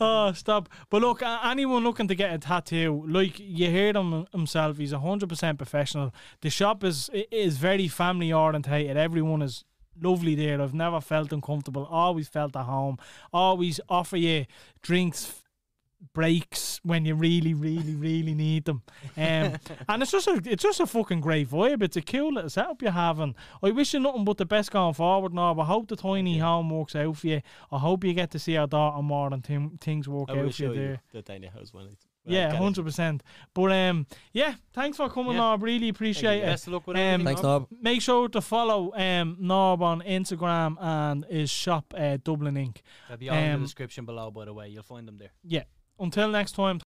B: Oh, stop. But look, uh, anyone looking to get a tattoo, like you heard him himself, he's 100% professional. The shop is i- is very family orientated. Everyone is lovely there. I've never felt uncomfortable. Always felt at home. Always offer you drinks, f- breaks when you really, really, really need them.
E: *laughs*
B: Um, and it's just a it's just a fucking great vibe. It's a cool little setup you're having. I wish you nothing but the best going forward now. I hope the tiny home works out for you. I hope you get to see our daughter more and thim- things work
E: I
B: out
E: will
B: for you
E: show
B: there.
E: you the tiny house when it's when I
B: Yeah,
E: get it.
B: hundred percent. But um, yeah, thanks for coming,
C: Yeah.
B: Norb. Really appreciate it.
C: Best of luck with
B: Um,
C: everything,
D: Thanks,
C: Mo.
D: Nob.
B: Make sure to follow um Norb on Instagram and his shop uh, Dublin Inc.
C: They'll be all in
B: Um,
C: the description below, by the way. You'll find them there.
B: Until next time.